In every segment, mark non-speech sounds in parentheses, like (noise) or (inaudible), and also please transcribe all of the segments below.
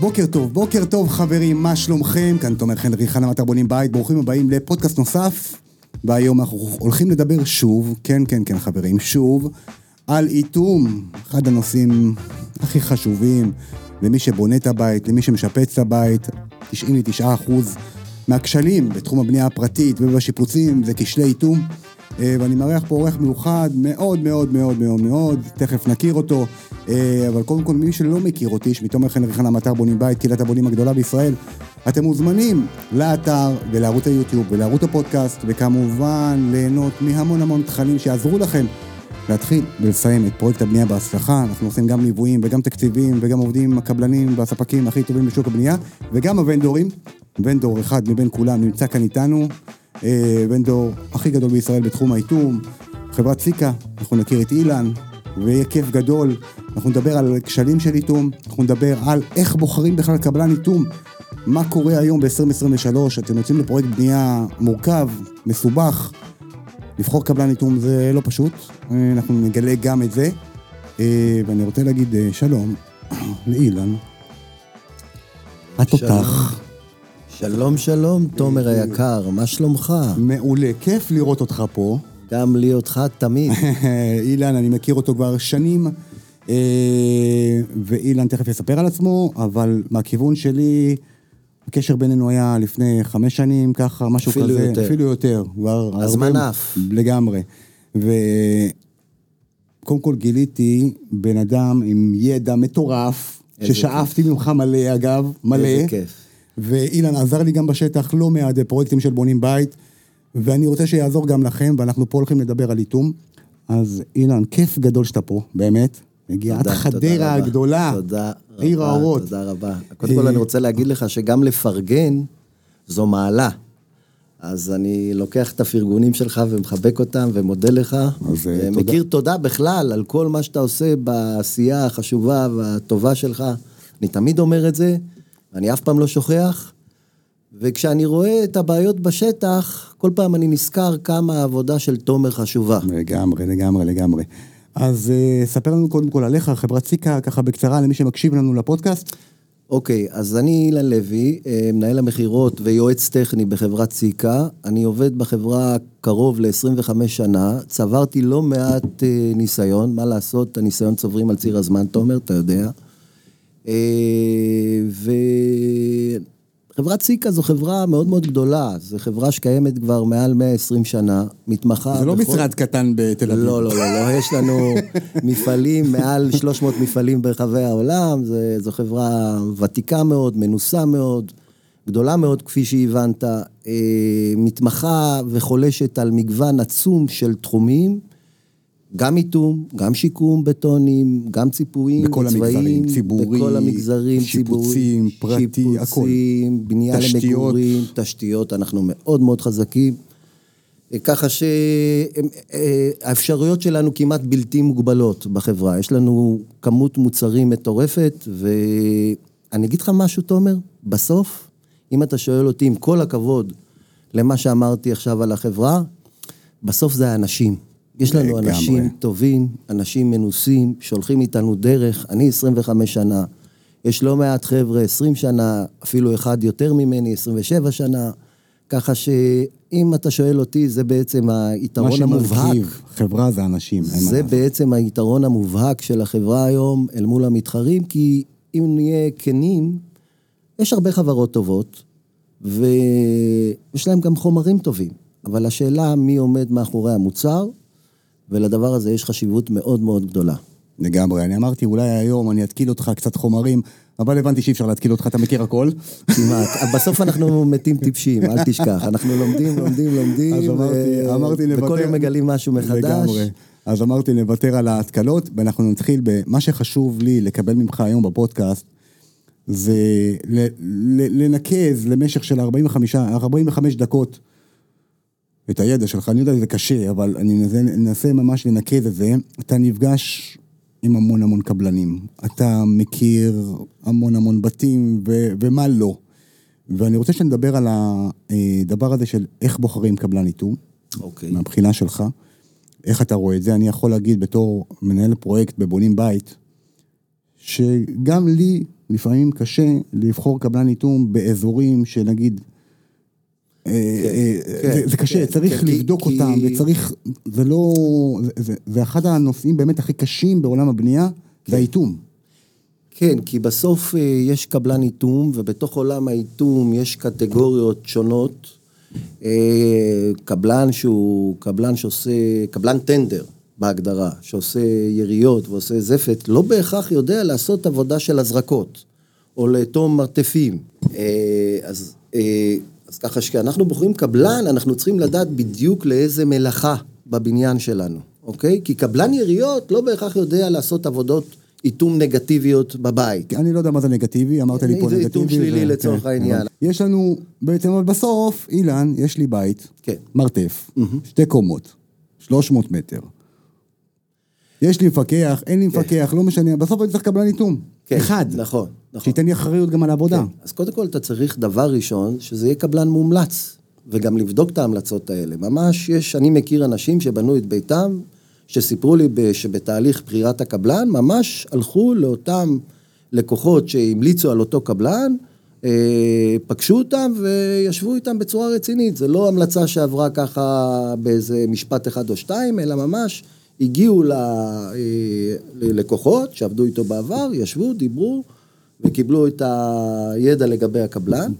בוקר טוב, בוקר טוב חברים, מה שלומכם? כאן תומר חנרי, חנה מטר בונים בית, ברוכים הבאים לפודקאסט נוסף. והיום אנחנו הולכים לדבר שוב, כן, כן, כן חברים, שוב, על איטום, אחד הנושאים הכי חשובים למי שבונה את הבית, למי שמשפץ את הבית, 99% מהכשלים בתחום הבנייה הפרטית ובשיפוצים זה כשלי איטום. אה, ואני מארח פה אורח מיוחד מאוד מאוד מאוד מאוד מאוד, תכף נכיר אותו. אה, אבל קודם כל, מי שלא מכיר אותי, שמתומר חן ריחן המטר בונים בית, קהילת הבונים הגדולה בישראל, אתם מוזמנים לאתר ולערוץ היוטיוב ולערוץ הפודקאסט, וכמובן ליהנות מהמון המון תכנים שיעזרו לכם להתחיל ולסיים את פרויקט הבנייה בהצלחה. אנחנו עושים גם ליוויים וגם תקציבים וגם עובדים עם הקבלנים והספקים הכי טובים בשוק הבנייה, וגם הוונדורים. ונדור אחד מבין כולם נמצא כאן איתנו, אה, ונדור הכי גדול בישראל בתחום האיתום, חברת סיקה, אנחנו נכיר את אילן, ויהיה כיף גדול. אנחנו נדבר על כשלים של איתום, אנחנו נדבר על איך בוחרים בכלל קבלן איתום, מה קורה היום ב-2023, אתם יוצאים לפרויקט בנייה מורכב, מסובך, לבחור קבלן איתום זה לא פשוט, אה, אנחנו נגלה גם את זה. אה, ואני רוצה להגיד אה, שלום (clears throat) לאילן, התותח. שלום שלום, תומר היקר, מה שלומך? מעולה, כיף לראות אותך פה. (laughs) גם לי אותך תמיד. אילן, אני מכיר אותו כבר שנים, אה, ואילן תכף יספר על עצמו, אבל מהכיוון שלי, הקשר בינינו היה לפני חמש שנים, ככה, משהו אפילו כזה. יותר. אפילו יותר. כבר הזמן הרבה- עף. לגמרי. וקודם כל גיליתי בן אדם עם ידע מטורף, איזה ששאפתי ממך מלא אגב, מלא. איזה כיף. ואילן עזר לי גם בשטח לא מעט פרויקטים של בונים בית, ואני רוצה שיעזור גם לכם, ואנחנו פה הולכים לדבר על איתום. אז אילן, כיף גדול שאתה פה, באמת. הגיע עד תודה, תודה חדרה רבה. הגדולה, תודה רבה. עיר האורות. תודה רבה. קודם אה, כל אני רוצה להגיד לך שגם לפרגן זו מעלה. אז אני לוקח את הפרגונים שלך ומחבק אותם ומודה לך. אז, אה, תודה. ומכיר תודה בכלל על כל מה שאתה עושה בעשייה החשובה והטובה שלך. אני תמיד אומר את זה, אני אף פעם לא שוכח. וכשאני רואה את הבעיות בשטח, כל פעם אני נזכר כמה העבודה של תומר חשובה. לגמרי, לגמרי, לגמרי. אז אה, ספר לנו קודם כל עליך, חברת סיקה, ככה בקצרה, למי שמקשיב לנו לפודקאסט. אוקיי, אז אני אילן לוי, אה, מנהל המכירות ויועץ טכני בחברת סיקה. אני עובד בחברה קרוב ל-25 שנה. צברתי לא מעט אה, ניסיון, מה לעשות, את הניסיון צוברים על ציר הזמן, תומר, אתה יודע. אה, וחברת סיקה זו חברה מאוד מאוד גדולה. זו חברה שקיימת כבר מעל 120 שנה, מתמחה... זה לא בכל- משרד קטן בתל אביב. לא, לא, לא, לא, יש לנו מפעלים, מעל 300 מפעלים ברחבי העולם, זה, זו חברה ותיקה מאוד, מנוסה מאוד, גדולה מאוד, כפי שהבנת, אה, מתמחה וחולשת על מגוון עצום של תחומים, גם איתום, גם שיקום בטונים, גם ציפויים, בכל צבעים, המגזרים, ציבורי, בכל המגזרים, שיפוצים, ציבורי, פרטי, הכל. שיפוצים, בנייה תשתיות. למגורים, תשתיות, אנחנו מאוד מאוד חזקים. ככה שהאפשרויות שלנו כמעט בלתי מוגבלות בחברה. יש לנו כמות מוצרים מטורפת, ואני אגיד לך משהו, תומר, בסוף, אם אתה שואל אותי, עם כל הכבוד למה שאמרתי עכשיו על החברה, בסוף זה האנשים. יש לנו לגמרי. אנשים טובים, אנשים מנוסים, שהולכים איתנו דרך. אני 25 שנה, יש לא מעט חבר'ה 20 שנה, אפילו אחד יותר ממני, 27 שנה. ככה שאם אתה שואל אותי, זה בעצם מה היתרון המובהק. שמרכיב חברה זה אנשים. אין מה זה לעשות. בעצם היתרון המובהק של החברה היום אל מול המתחרים, כי אם נהיה כנים, יש הרבה חברות טובות, ויש להם גם חומרים טובים, אבל השאלה מי עומד מאחורי המוצר, ולדבר הזה יש חשיבות מאוד מאוד גדולה. לגמרי. אני אמרתי, אולי היום אני אתקיל אותך קצת חומרים, אבל הבנתי שאי אפשר להתקיל אותך, אתה מכיר הכל. כמעט. (laughs) בסוף אנחנו מתים טיפשים, אל תשכח. אנחנו לומדים, לומדים, לומדים, אז אמרתי, ו- אמרתי נוותר... אה, וכל יום מגלים משהו מחדש. לגמרי. אז אמרתי נוותר על ההתקלות, ואנחנו נתחיל במה שחשוב לי לקבל ממך היום בפודקאסט, זה ל- ל- לנקז למשך של 45, 45 דקות את הידע שלך. אני יודע שזה קשה, אבל אני ננסה- ננסה ממש לנקז את זה. אתה נפגש עם המון המון קבלנים. אתה מכיר המון המון בתים, ו- ומה לא. ואני רוצה שנדבר על הדבר הזה של איך בוחרים קבלן איתום. אוקיי. מהבחינה שלך, איך אתה רואה את זה? אני יכול להגיד בתור מנהל פרויקט בבונים בית, שגם לי לפעמים קשה לבחור קבלן איתום באזורים שנגיד... אה, אה, כן, זה- זה קשה, כן, צריך כן, כי- לבדוק כי- אותם, וצריך, זה לא, זה- זה- זה אחד הנושאים באמת הכי קשים בעולם הבנייה, זה האיתום. כן, כי בסוף אה, יש קבלן איתום, ובתוך עולם האיתום יש קטגוריות שונות. אה, קבלן שהוא קבלן שעושה, קבלן טנדר בהגדרה, שעושה יריות ועושה זפת, לא בהכרח יודע לעשות עבודה של הזרקות, או לאטום מרתפים. אה, אז, אה, אז ככה שכשאנחנו בוחרים קבלן, אנחנו צריכים לדעת בדיוק לאיזה מלאכה בבניין שלנו, אוקיי? כי קבלן יריות לא בהכרח יודע לעשות עבודות איתום נגטיביות בבית. כי אני לא יודע מה זה נגטיבי, אמרת לי אני- פה זה נגטיבי. איתום שלילי ו- לצורך כן, העניין. אבל יש לנו, בעצם, אבל בסוף, אילן, יש לי בית, כן. מרתף, שתי קומות, 300 מטר. יש לי מפקח, אין לי מפקח, לא משנה, בסוף אני צריך קבלן איתום. כן, אחד. נכון, נכון. כן. שייתן לי אחריות גם על העבודה. אז קודם כל אתה צריך דבר ראשון, שזה יהיה קבלן מומלץ, וגם לבדוק את ההמלצות האלה. ממש יש, אני מכיר אנשים שבנו את ביתם, שסיפרו לי ב- שבתהליך בחירת הקבלן, ממש הלכו לאותם לקוחות שהמליצו על אותו קבלן, אה, פגשו אותם וישבו איתם בצורה רצינית. זה לא המלצה שעברה ככה באיזה משפט אחד או שתיים, אלא ממש הגיעו ל- אה, ללקוחות שעבדו איתו בעבר, ישבו, דיברו. וקיבלו את הידע לגבי הקבלן.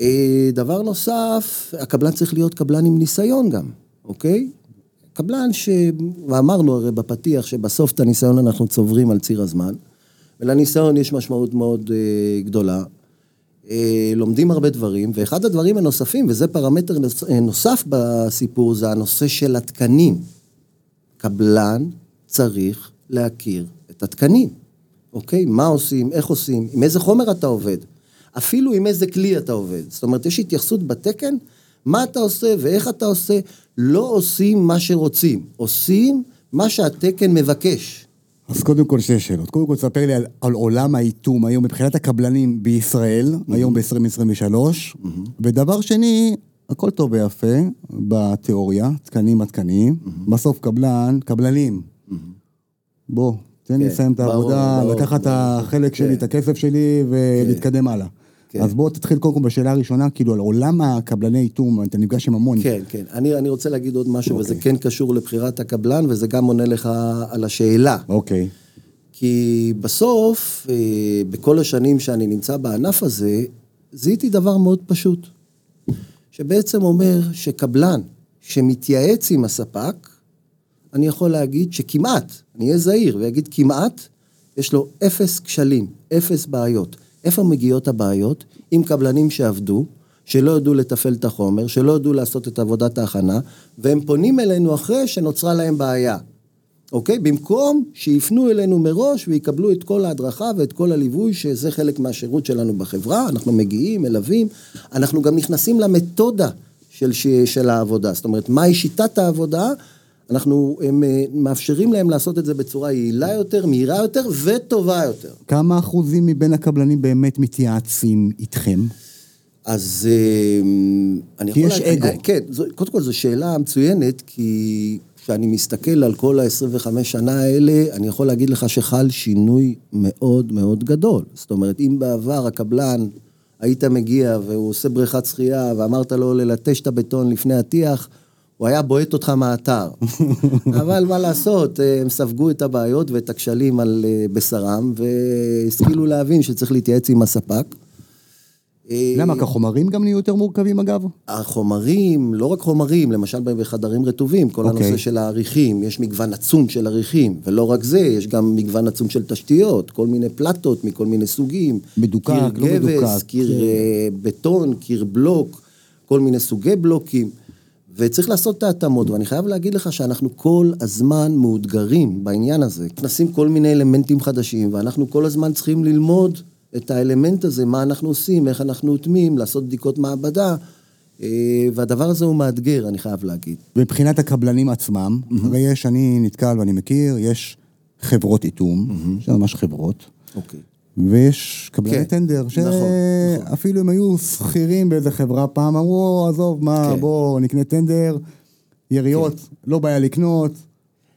אה, דבר נוסף, הקבלן צריך להיות קבלן עם ניסיון גם, אוקיי? קבלן ש... ואמרנו הרי בפתיח שבסוף את הניסיון אנחנו צוברים על ציר הזמן, ולניסיון יש משמעות מאוד אה, גדולה. אה, לומדים הרבה דברים, ואחד הדברים הנוספים, וזה פרמטר נוס, אה, נוסף בסיפור, זה הנושא של התקנים. קבלן צריך להכיר את התקנים, אוקיי? מה עושים, איך עושים, עם איזה חומר אתה עובד, אפילו עם איזה כלי אתה עובד. זאת אומרת, יש התייחסות בתקן, מה אתה עושה ואיך אתה עושה. לא עושים מה שרוצים, עושים מה שהתקן מבקש. אז קודם כל שתי שאלות. קודם כל תספר לי על, על עולם האיתום היום מבחינת הקבלנים בישראל, Mm-hmm. היום ב-2023. ודבר שני, הכל טוב ויפה בתיאוריה, תקנים התקנים. Mm-hmm. בסוף קבלן, קבלנים. בוא, תן לי כן, לסיים את ברור, העבודה, ברור, לקחת את ברור. החלק שלי, כן. את הכסף שלי ולהתקדם הלאה. כן. אז בוא תתחיל קודם כל בשאלה הראשונה, כאילו על עולם הקבלני איתום, אתה נפגש עם המון. כן, כן. אני, אני רוצה להגיד עוד משהו, וזה כן קשור לבחירת הקבלן, וזה גם עונה לך על השאלה. אוקיי. כי בסוף, אה, בכל השנים שאני נמצא בענף הזה, זיהיתי דבר מאוד פשוט, שבעצם אומר שקבלן שמתייעץ עם הספק, אני יכול להגיד שכמעט, אני אהיה זהיר ואגיד כמעט, יש לו אפס כשלים, אפס בעיות. איפה מגיעות הבעיות? עם קבלנים שעבדו, שלא ידעו לתפעל את החומר, שלא ידעו לעשות את עבודת ההכנה, והם פונים אלינו אחרי שנוצרה להם בעיה. אוקיי? במקום שיפנו אלינו מראש ויקבלו את כל ההדרכה ואת כל הליווי, שזה חלק מהשירות שלנו בחברה, אנחנו מגיעים, מלווים, אנחנו גם נכנסים למתודה של, ש- של העבודה. זאת אומרת, מהי שיטת העבודה? אנחנו הם, אה, מאפשרים להם לעשות את זה בצורה יעילה יותר, מהירה יותר וטובה יותר. כמה אחוזים מבין הקבלנים באמת מתייעצים איתכם? אז אמ, אני כי יכול... יש להגיד- אגו. אה, כן, זו, קודם כל זו שאלה מצוינת, כי כשאני מסתכל על כל ה-25 שנה האלה, אני יכול להגיד לך שחל שינוי מאוד מאוד גדול. זאת אומרת, אם בעבר הקבלן, היית מגיע והוא עושה בריכת שחייה, ואמרת לו ללטש את הבטון לפני הטיח, הוא היה בועט אותך (laughs) מהאתר. אבל מה לעשות, אה, הם ספגו את הבעיות ואת הכשלים על אה, בשרם, והשכילו להבין שצריך להתייעץ עם הספק. אה, למה? כי החומרים גם נהיו יותר מורכבים אגב? החומרים, לא רק חומרים, למשל בחדרים רטובים, כל okay. אוקיי. הנושא של האריחים, יש מגוון עצום של אריחים, ולא רק זה, יש גם מגוון עצום של תשתיות, כל מיני פלטות מכל מיני סוגים. מדוקק, קיר לא גבס, מדוקק, קיר כן. אה, בטון, קיר בלוק, כל מיני סוגי בלוקים, וצריך לעשות את ההתאמות, ואני חייב להגיד לך שאנחנו כל הזמן מאותגרים בעניין הזה. נכנסים כל מיני אלמנטים חדשים, ואנחנו כל הזמן צריכים ללמוד את האלמנט הזה, מה אנחנו עושים, איך אנחנו אוטמים, לעשות בדיקות מעבדה, אה, והדבר הזה הוא מאתגר, אני חייב להגיד. מבחינת הקבלנים עצמם, הרי יש, אני נתקל ואני מכיר, יש חברות איתום, שזה ממש חברות, אוקיי. ויש קבלני כן, טנדר, נכון, שאפילו אם היו שכירים באיזה חברה פעם, אמרו, עזוב, מה, כן. בוא נקנה טנדר, יריות, לא בעיה לקנות.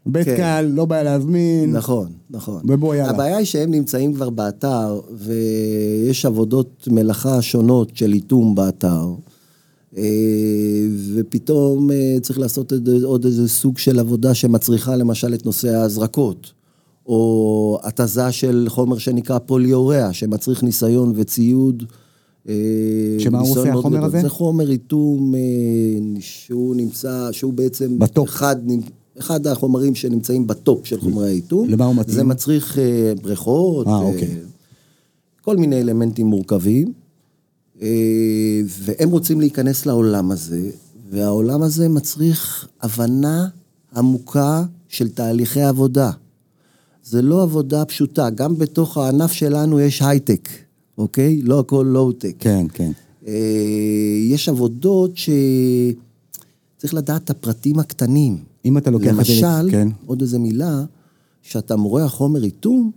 בית כן. קהל, לא בעיה להזמין. נכון, נכון. ובוא, יאללה. הבעיה היא שהם נמצאים כבר באתר, ויש עבודות מלאכה שונות של איטום באתר, אה, ופתאום אה, צריך לעשות עוד- עוד איזה סוג של עבודה שמצריכה למשל את נושא ההזרקות, או התזה של חומר שנקרא פוליוריה, שמצריך ניסיון וציוד. אה, שמה הוא ניסיון עושה, מאוד החומר גדול. הזה? זה חומר איטום אה, שהוא נמצא, שהוא בעצם... בטופ. אחד, אחד החומרים שנמצאים בטופ של חומרי האיטום. למה הוא מתאים? זה מצריך אה, בריכות, אה, אה, אוקיי. כל מיני אלמנטים מורכבים, אה, והם רוצים להיכנס לעולם הזה, והעולם הזה מצריך הבנה עמוקה של תהליכי עבודה. זה לא עבודה פשוטה, גם בתוך הענף שלנו יש הייטק, אוקיי? לא הכל לואו-טק. כן, כן. אה, יש עבודות שצריך לדעת את הפרטים הקטנים. אם אתה לוקח את זה- למשל, כן. עוד איזה מילה, שאתה מורה החומר איתום,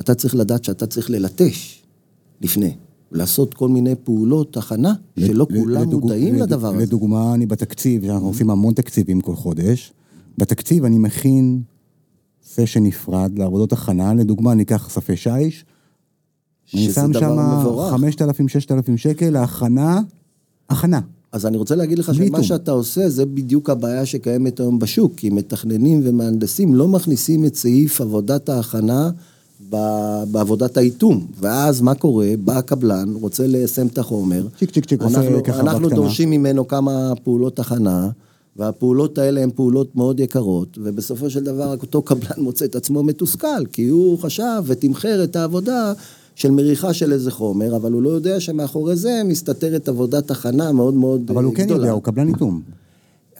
אתה צריך לדעת שאתה צריך ללטש לפני. לעשות כל מיני פעולות הכנה, שלא לד- כולם לדוג- מודעים לד- לדבר הזה. לדוגמה, אני בתקציב, אנחנו עושים המון תקציבים כל חודש. בתקציב אני מכין סשן נפרד לעבודות הכנה, לדוגמה, אני אקח ספי שיש, אני שזה שם דבר שם מבורך. 5,000-6,000 שקל להכנה, הכנה. אז אני רוצה להגיד לך בלי שמה איתום. שאתה עושה, זה בדיוק הבעיה שקיימת היום בשוק, כי מתכננים ומהנדסים לא מכניסים את סעיף עבודת ההכנה ב- בעבודת האיתום. ואז מה קורה? בא הקבלן, רוצה ליישם את החומר. צ'יק, צ'יק, צ'יק, עושה אנחנו, ככה אנחנו בקטנה. דורשים ממנו כמה פעולות הכנה, והפעולות האלה הן פעולות מאוד יקרות, ובסופו של דבר אותו קבלן (laughs) מוצא את עצמו מתוסכל, כי הוא חשב ותמחר את העבודה של מריחה של איזה חומר, אבל הוא לא יודע שמאחורי זה מסתתרת עבודת הכנה מאוד מאוד אבל הוא כן גדולה. יודע, הוא קבלן איתום.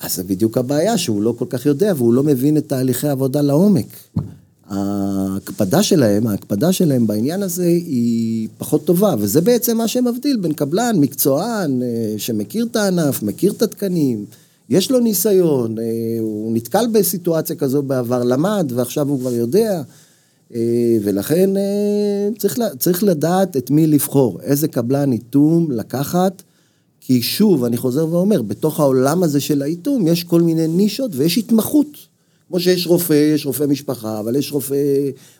אז זה בדיוק הבעיה, שהוא לא כל כך יודע והוא לא מבין את תהליכי העבודה לעומק. ההקפדה שלהם, ההקפדה שלהם בעניין הזה היא פחות טובה, וזה בעצם מה שמבדיל בין קבלן, מקצוען, אה, שמכיר את הענף, מכיר את התקנים, יש לו ניסיון, אה, הוא נתקל בסיטואציה כזו בעבר, למד, ועכשיו הוא כבר יודע, אה, ולכן אה, צריך, ל- צריך לדעת את מי לבחור, איזה קבלן איתום לקחת, כי שוב, אני חוזר ואומר, בתוך העולם הזה של האיתום יש כל מיני נישות ויש התמחות. כמו שיש רופא, יש רופא משפחה, אבל יש רופא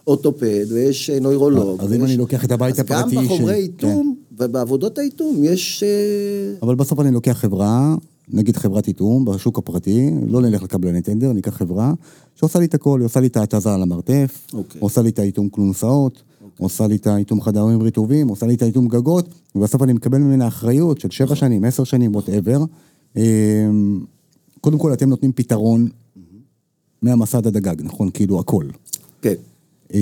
אורתופד ויש אה, נוירולוג. אז אם ויש- אני לוקח את הבית הפרטי כן. אז גם ש- בחומרי איתום ובעבודות האיתום יש... אה, אבל בסוף אני לוקח חברה, נגיד חברת איתום בשוק הפרטי, לא נלך לקבלני טנדר, ניקח חברה שעושה לי את הכל, היא עושה לי את ההתזה על המרתף, אוקיי. עושה לי את האיתום כלונסאות, עושה לי את האיתום חדרים רטובים, עושה לי את האיתום גגות, ובסוף אני מקבל ממנה אחריות של שבע שנים, עשר שנים, וואטאבר. קודם כל, אתם נותנים פתרון מהמסע עד הדגג, נכון? כאילו, הכל. כן. אה,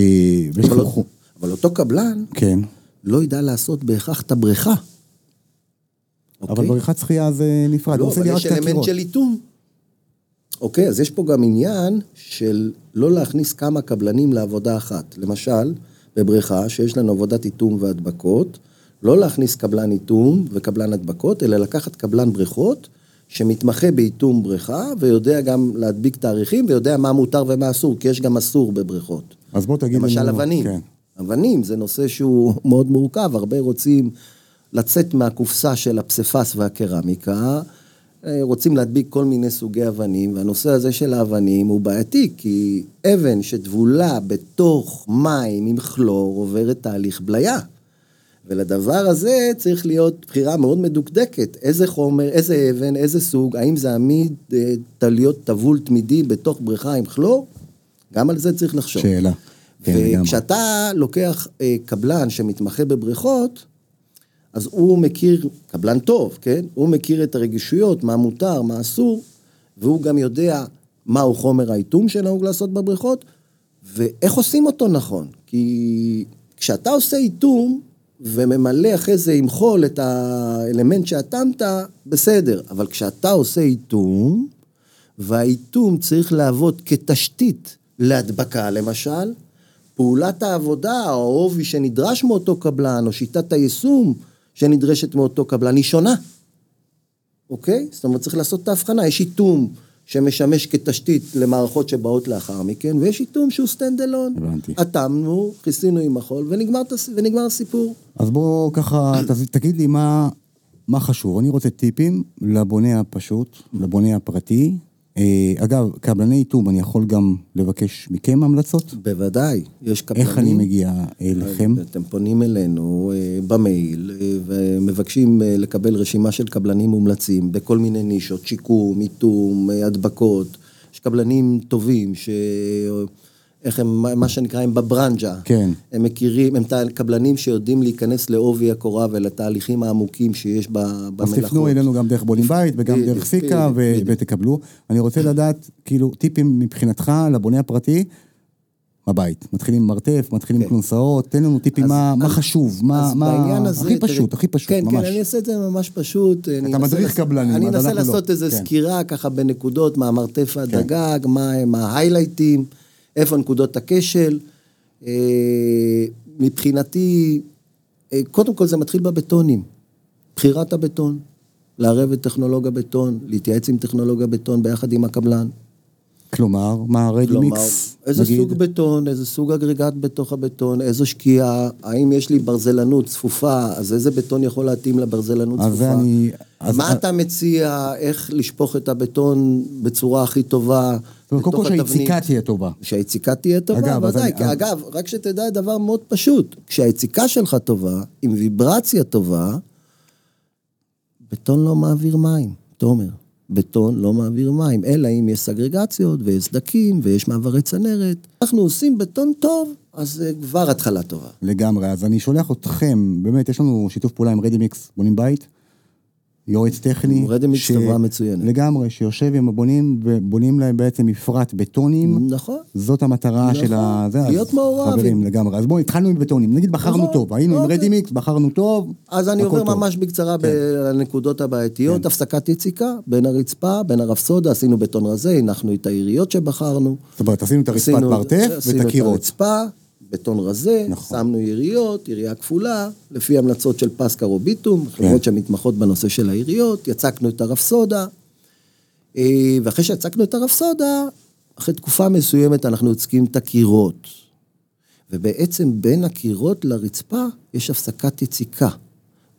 ויש אבל, לא- חוכו- אבל אותו קבלן כן. לא ידע לעשות בהכרח את הבריכה. אבל בריכת שחייה זה נפרד, אוקיי. לא, הוא עושה אבל לי רק יש את אלמנט הקירות. של איתום. אוקיי, אז יש פה גם עניין של לא להכניס כמה קבלנים לעבודה אחת. למשל, בבריכה, שיש לנו עבודת איתום והדבקות, לא להכניס קבלן איתום וקבלן הדבקות, אלא לקחת קבלן בריכות, שמתמחה באיתום בריכה, ויודע גם להדביק תאריכים, ויודע מה מותר ומה אסור, כי יש גם אסור בבריכות. אז בוא תגיד למשל לנו- אבנים. כן. אבנים זה נושא שהוא (laughs) מאוד מורכב, הרבה רוצים לצאת מהקופסה של הפסיפס והקרמיקה, אה, רוצים להדביק כל מיני סוגי אבנים, והנושא הזה של האבנים הוא בעייתי, כי אבן שטבולה בתוך מים עם כלור עוברת תהליך בליה. ולדבר הזה צריך להיות בחירה מאוד מדוקדקת, איזה חומר, איזה אבן, איזה סוג, האם זה עמיד אה, להיות טבול תמידי בתוך בריכה עם כלור? גם על זה צריך לחשוב. שאלה. כן, לגמרי. וכשאתה לוקח אה, קבלן שמתמחה בבריכות, אז הוא מכיר, קבלן טוב, כן? הוא מכיר את הרגישויות, מה מותר, מה אסור, והוא גם יודע מהו חומר האיתום שנהוג לעשות בבריכות, ואיך עושים אותו נכון. כי כשאתה עושה איתום וממלא אחרי זה עם חול את האלמנט שאטמת, בסדר. אבל כשאתה עושה איתום, והאיתום צריך להוות כתשתית להדבקה, למשל, פעולת העבודה, העובי שנדרש מאותו קבלן, או שיטת היישום שנדרשת מאותו קבלן, היא שונה, אוקיי? זאת אומרת, צריך לעשות את ההבחנה. יש איתום שמשמש כתשתית למערכות שבאות לאחר מכן, ויש איתום שהוא stand alone. הבנתי. אטמנו, כיסינו עם החול, ונגמר, תס- ונגמר הסיפור. אז בוא ככה, ת- תגיד לי מה, מה חשוב. אני רוצה טיפים לבונה הפשוט, לבונה הפרטי, אה, אגב, קבלני איתום, אני יכול גם לבקש מכם המלצות? בוודאי, יש קבלנים. איך אני מגיע אה, אליכם? אתם פונים אלינו אה, במייל אה, ומבקשים אה, לקבל רשימה של קבלנים מומלצים בכל מיני נישות, שיקום, איטום, אה, הדבקות. יש קבלנים טובים ש... איך הם, מה- מה שנקרא, הם בברנז'ה. כן. הם מכירים, הם תה- קבלנים שיודעים להיכנס לעובי הקורה ולתהליכים העמוקים שיש ב- אז במלאכות. תפנו אלינו גם דרך בונים בית וגם בדיוק, דרך סיקה ו- בדיוק, בדיוק. ותקבלו. אני רוצה לדעת, כאילו, טיפים מבחינתך לבונה הפרטי בבית. מתחילים עם מרתף, מתחילים עם כלונסאות, תן לנו טיפים כן. אז- מה מה אז- חשוב, מה... אז מה- בעניין הזה... הכי תראה, פשוט, הכי פשוט, כן, כן, ממש. אני אעשה את זה ממש פשוט. אה, אני אנסה מדריך לעשות- קבלנים, אני אז אנסה אנחנו לא. לעשות איזה כן. סקירה ככה בנקודות, מה מרתף הדגג, מה הם ההיילייטים, איפה נקודות הכשל. אה, מבחינתי, אה, קודם כל זה מתחיל בבטונים. בחירת הבטון, לערב את טכנולוג הבטון, להתייעץ עם טכנולוג הבטון ביחד עם הקבלן. כלומר, מה רדי כלומר, מיקס, איזה נגיד? סוג בטון, איזה סוג אגרגט בתוך הבטון, איזו שקיעה, האם יש לי ברזלנות צפופה, אז איזה בטון יכול להתאים לברזלנות אז זה צפופה? אני- אז- מה אז- אתה מציע, איך לשפוך את הבטון בצורה הכי טובה זאת אומרת, קודם כל לתוך התבנית? שהיציקה תהיה טובה. שהיציקה תהיה טובה, אגב, אז ודאי. אני- כי אז- אגב, רק שתדע דבר מאוד פשוט, כשהיציקה שלך טובה, עם ויברציה טובה, בטון לא מעביר מים, תומר. בטון לא מעביר מים, אלא אם יש סגרגציות ויש סדקים ויש מעברי צנרת. אנחנו עושים בטון טוב, אז זה כבר התחלה טובה. לגמרי, אז אני שולח אתכם, באמת, יש לנו שיתוף פעולה עם רדימיקס, בונים בית, יועץ טכני. רדימיקס חברה מצוינת. לגמרי, שיושב עם הבונים, ובונים להם בעצם מפרט בטונים. נכון. זאת המטרה נכון, של ה... זה, אז להיות מעורב. חברים, לגמרי. אז בואו, התחלנו עם בטונים. נגיד בחרנו נכון, טוב, היינו עם אוקיי. רדימיקס, בחרנו טוב, אז אני הכל עובר טוב. כן. ממש בקצרה ב- על הנקודות הבעייתיות. הפסקת יציקה בין הרצפה, בין הרפסודה, עשינו בטון רזה, הנחנו את העיריות שבחרנו. זאת אומרת, עשינו את הרצפת עשינו- מרתף ואת עשינו את הקירות. הרצפה, בטון רזה, נכון. שמנו יריות, ירייה כפולה, לפי המלצות של פסקה רוביטום, כן. חברות שמתמחות בנושא של היריות, יצקנו את הרפסודה, אה, ואחרי שיצקנו את הרפסודה, אחרי תקופה מסוימת אנחנו יוצקים את הקירות. ובעצם בין הקירות לרצפה יש הפסקת יציקה.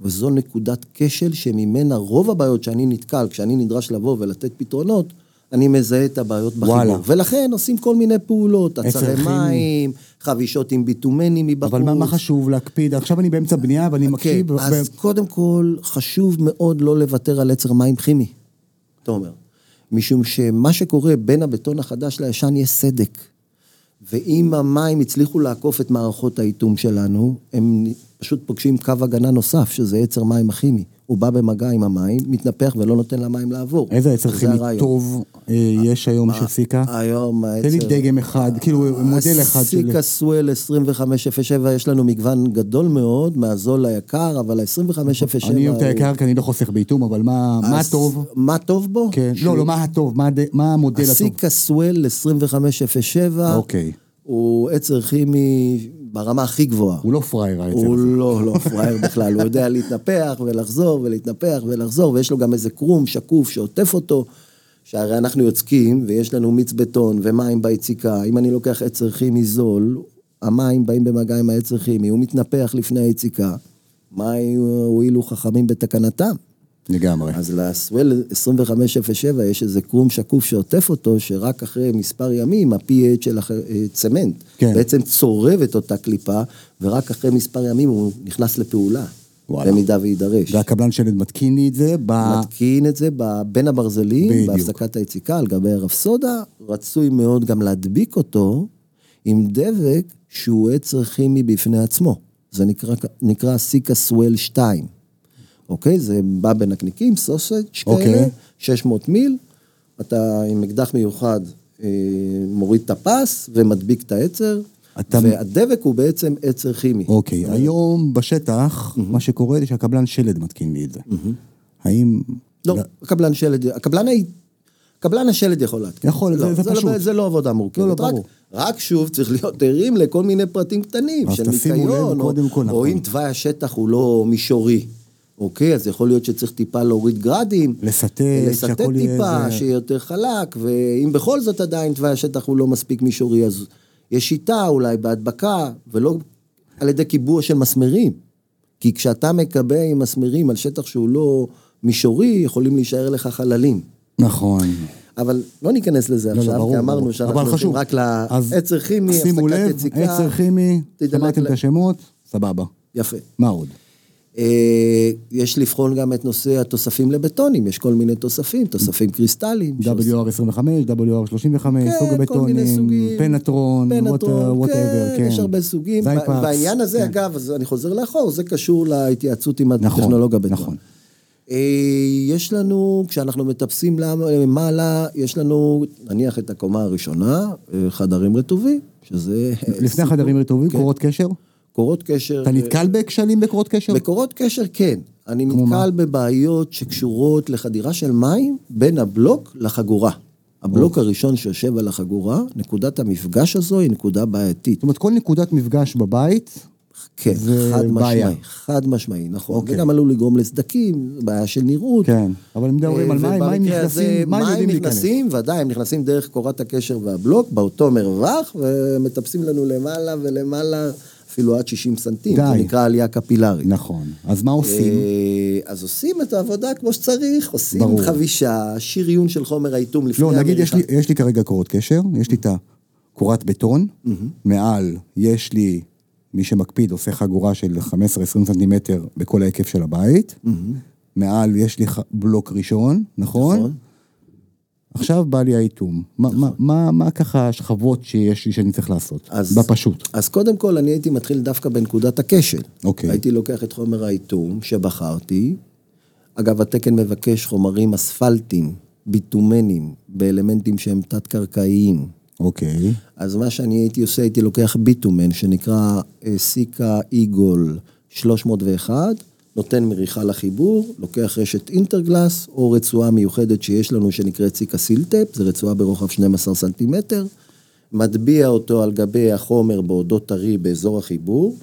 וזו נקודת כשל שממנה רוב הבעיות שאני נתקל, כשאני נדרש לבוא ולתת פתרונות, אני מזהה את הבעיות בחיבור. וואלה. ולכן עושים כל מיני פעולות, עצרי כימי. מים, חבישות עם ביטומנים מבחוץ. אבל מה, מה חשוב להקפיד? עכשיו אני באמצע בנייה ואני מקשיב. כן, ו- אז קודם כל, חשוב מאוד לא לוותר על יצר מים כימי, תומר. משום שמה שקורה בין הבטון החדש לישן יש סדק. ואם המים הצליחו לעקוף את מערכות האיטום שלנו, הם פשוט פוגשים קו הגנה נוסף, שזה יצר מים הכימי. הוא בא במגע עם המים, מתנפח ולא נותן למים לעבור. איזה עצר זה כימי הרעיון. אה, טוב אה, יש היום של סיקה? היום העצר... תן לי דגם אחד, אה, כאילו מודל אחד של... סיקה סואל 2507, יש לנו מגוון גדול מאוד, מהזול ליקר, אבל ה-2507... אני אוהב את היקר כי אני לא חוסך באיתום, אבל מה אה, מה טוב? מה טוב בו? כן, לא, לא, מה הטוב? מה הד- מה המודל הטוב? הסיקה סואל 2507, אוקיי. הוא עצר כימי ברמה הכי גבוהה. הוא לא פראייר העצם הוא הזה. לא, לא פראייר בכלל, הוא יודע להתנפח ולחזור ולהתנפח ולחזור, ויש לו גם איזה קרום שקוף שעוטף אותו, שהרי אנחנו יוצקים, ויש לנו מיץ בטון ומים ביציקה, אם אני לוקח עצר כימי זול, המים באים במגע עם העצר כימי, הוא מתנפח לפני היציקה, מה הועילו חכמים בתקנתם? לגמרי. אז לסוול 2507 יש איזה קרום שקוף שעוטף אותו, שרק אחרי מספר ימים ה-PH של הצמנט כן. כן. בעצם צורב את אותה קליפה, ורק אחרי מספר ימים הוא נכנס לפעולה, וואלה. וואלה. במידה ויידרש. והקבלן שלד מתקין לי את זה ב... מתקין את זה ב- בין הברזלים, בדיוק. בהפסקת היציקה על גבי הרפסודה, רצוי מאוד גם להדביק אותו עם דבק שהוא עצר כימי בפני עצמו. זה נקרא, נקרא סיקה סואל 2. אוקיי? זה בא בנקניקים, סוסג' כאלה, אוקיי. 600 מיל, אתה עם אקדח מיוחד אה, מוריד את הפס ומדביק את העצר, אתה- והדבק הוא בעצם עצר כימי. אוקיי, היום בשטח, מה שקורה זה שהקבלן שלד מתקין לי את זה. האם... לא, הקבלן שלד, הקבלן, ה... קבלן השלד יכול להתקין. יכול, זה- לא, זה פשוט. לא, זה לא עבודה מורכבת. לא, לא, רק, ברור. רק שוב, צריך להיות ערים לכל מיני פרטים קטנים, אז של תשימו ניקיון, לב או, קודם כל, או נכון. אם תוואי השטח הוא לא מישורי. אוקיי, אז יכול להיות שצריך טיפה להוריד גרדים. לסטט, לסטט אה, שהכל יהיה טיפה, איזה- שיהיה יותר חלק, ואם בכל זאת עדיין תוואי השטח הוא לא מספיק מישורי, אז יש שיטה אולי בהדבקה, ולא על ידי קיבוע של מסמרים. כי כשאתה מקבע עם מסמרים על שטח שהוא לא מישורי, יכולים להישאר לך חללים. נכון. אבל לא ניכנס לזה לא, לא, עכשיו, ברור, כי אמרנו ברור. שאנחנו אבל הולכים חשוב. רק אז לעצר כימי, שימו הפסקת לב, יציקה. עצר כימי, תדלק שמעתם ל- את השמות, סבבה. יפה. מה עוד? אה, יש לבחון גם את נושא התוספים לבטונים, יש כל מיני תוספים, תוספים קריסטליים. שעושים- WR25, WR35, סוג כן, כל מיני הבטונים, סוגים. פנטרון, פנטרון, וואטאבר, כן. יש הרבה סוגים. זייפקס, ב- בעניין הזה, כן. אגב, אז אני חוזר לאחור, זה קשור להתייעצות עם נכון, הטכנולוג הבטון. נכון. אה, יש לנו, כשאנחנו מטפסים למ- למעלה, יש לנו, נניח את הקומה הראשונה, אה, חדרים רטובים, שזה... אה, לפני החדרים רטובים, קורות קשר? קורות קשר. אתה אה, נתקל בכשלים בקורות קשר? מקורות קשר כן. אני נתקל מה? בבעיות שקשורות לחדירה של מים בין הבלוק לחגורה. הבלוק הראשון שיושב על החגורה, נקודת המפגש הזו היא נקודה בעייתית. זאת אומרת, כל נקודת מפגש בבית, כן, זה חד בעיה. משמעי, חד משמעי, נכון. אוקיי. זה גם עלול לגרום לסדקים, בעיה של נראות. אה, כן. אבל הם מדברים על מים, מים ובמקרה הזה, נכנסים, מים יודעים להיכנס. נכנסים, ודאי, הם נכנסים דרך קורת הקשר והבלוק, באותו מרווח, ומטפסים לנו למעלה ולמעלה, אפילו עד 60 סנטים. די. זה נקרא עלייה קפילרית. נכון. אז מה עושים? אה, אז עושים את העבודה כמו שצריך, עושים ברור. חבישה, שריון של חומר האיתום לפני לא, נגיד יש המריחה. לי, יש לי כרגע קורות קשר, יש לי את הקורת בטון, מעל יש לי, מי שמקפיד עושה חגורה של 15-20 סנטימטר בכל ההיקף של הבית, מעל יש לי ח... בלוק ראשון, נכון? נכון. עכשיו בא לי האיתום. מה, מה, מה, מה ככה השכבות שיש לי שאני צריך לעשות? אז- בפשוט. אז קודם כל, אני הייתי מתחיל דווקא בנקודת הכשל. אוקיי. הייתי לוקח את חומר האיתום שבחרתי. אגב, התקן מבקש חומרים אספלטיים, ביטומנים, באלמנטים שהם תת-קרקעיים. אוקיי. אז מה שאני הייתי עושה, הייתי לוקח ביטומן, שנקרא אה, סיקה איגול 301, נותן מריחה לחיבור, לוקח רשת אינטרגלס, או רצועה מיוחדת שיש לנו שנקראת סיקה סילטפ, זו רצועה ברוחב 12 סנטימטר, מטביע אותו על גבי החומר בעודו טרי באזור החיבור,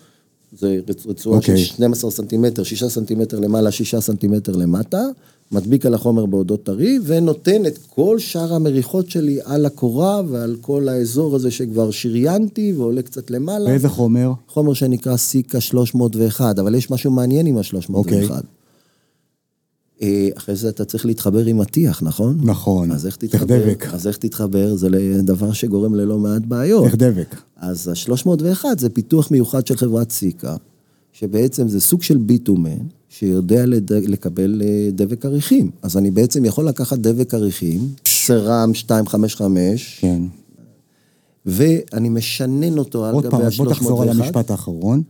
זה רצ- רצועה אוקיי. של 12 סנטימטר, 6 סנטימטר למעלה, 6 סנטימטר למטה, מדביק על החומר בעודו טרי, ונותן את כל שאר המריחות שלי על הקורה ועל כל האזור הזה שכבר שריינתי ועולה קצת למעלה. ואיזה חומר? חומר שנקרא סיקה 301, אבל יש משהו מעניין עם ה-301. אוקיי. אה, אחרי זה אתה צריך להתחבר עם מטיח, נכון? נכון. אז איך צריך תתחבר? דבק. אז איך תתחבר? זה דבר שגורם ללא מעט בעיות. איך דבק. אז ה-301 זה פיתוח מיוחד של חברת סיקה, שבעצם זה סוג של ביטומן, שיודע לד... לקבל אה, דבק אריחים. אז אני בעצם יכול לקחת דבק אריחים, סרם 255, כן. ואני משנן אותו על עוד גבי פעם, אז בוא תחזור על ה-301. המשפט האחרון.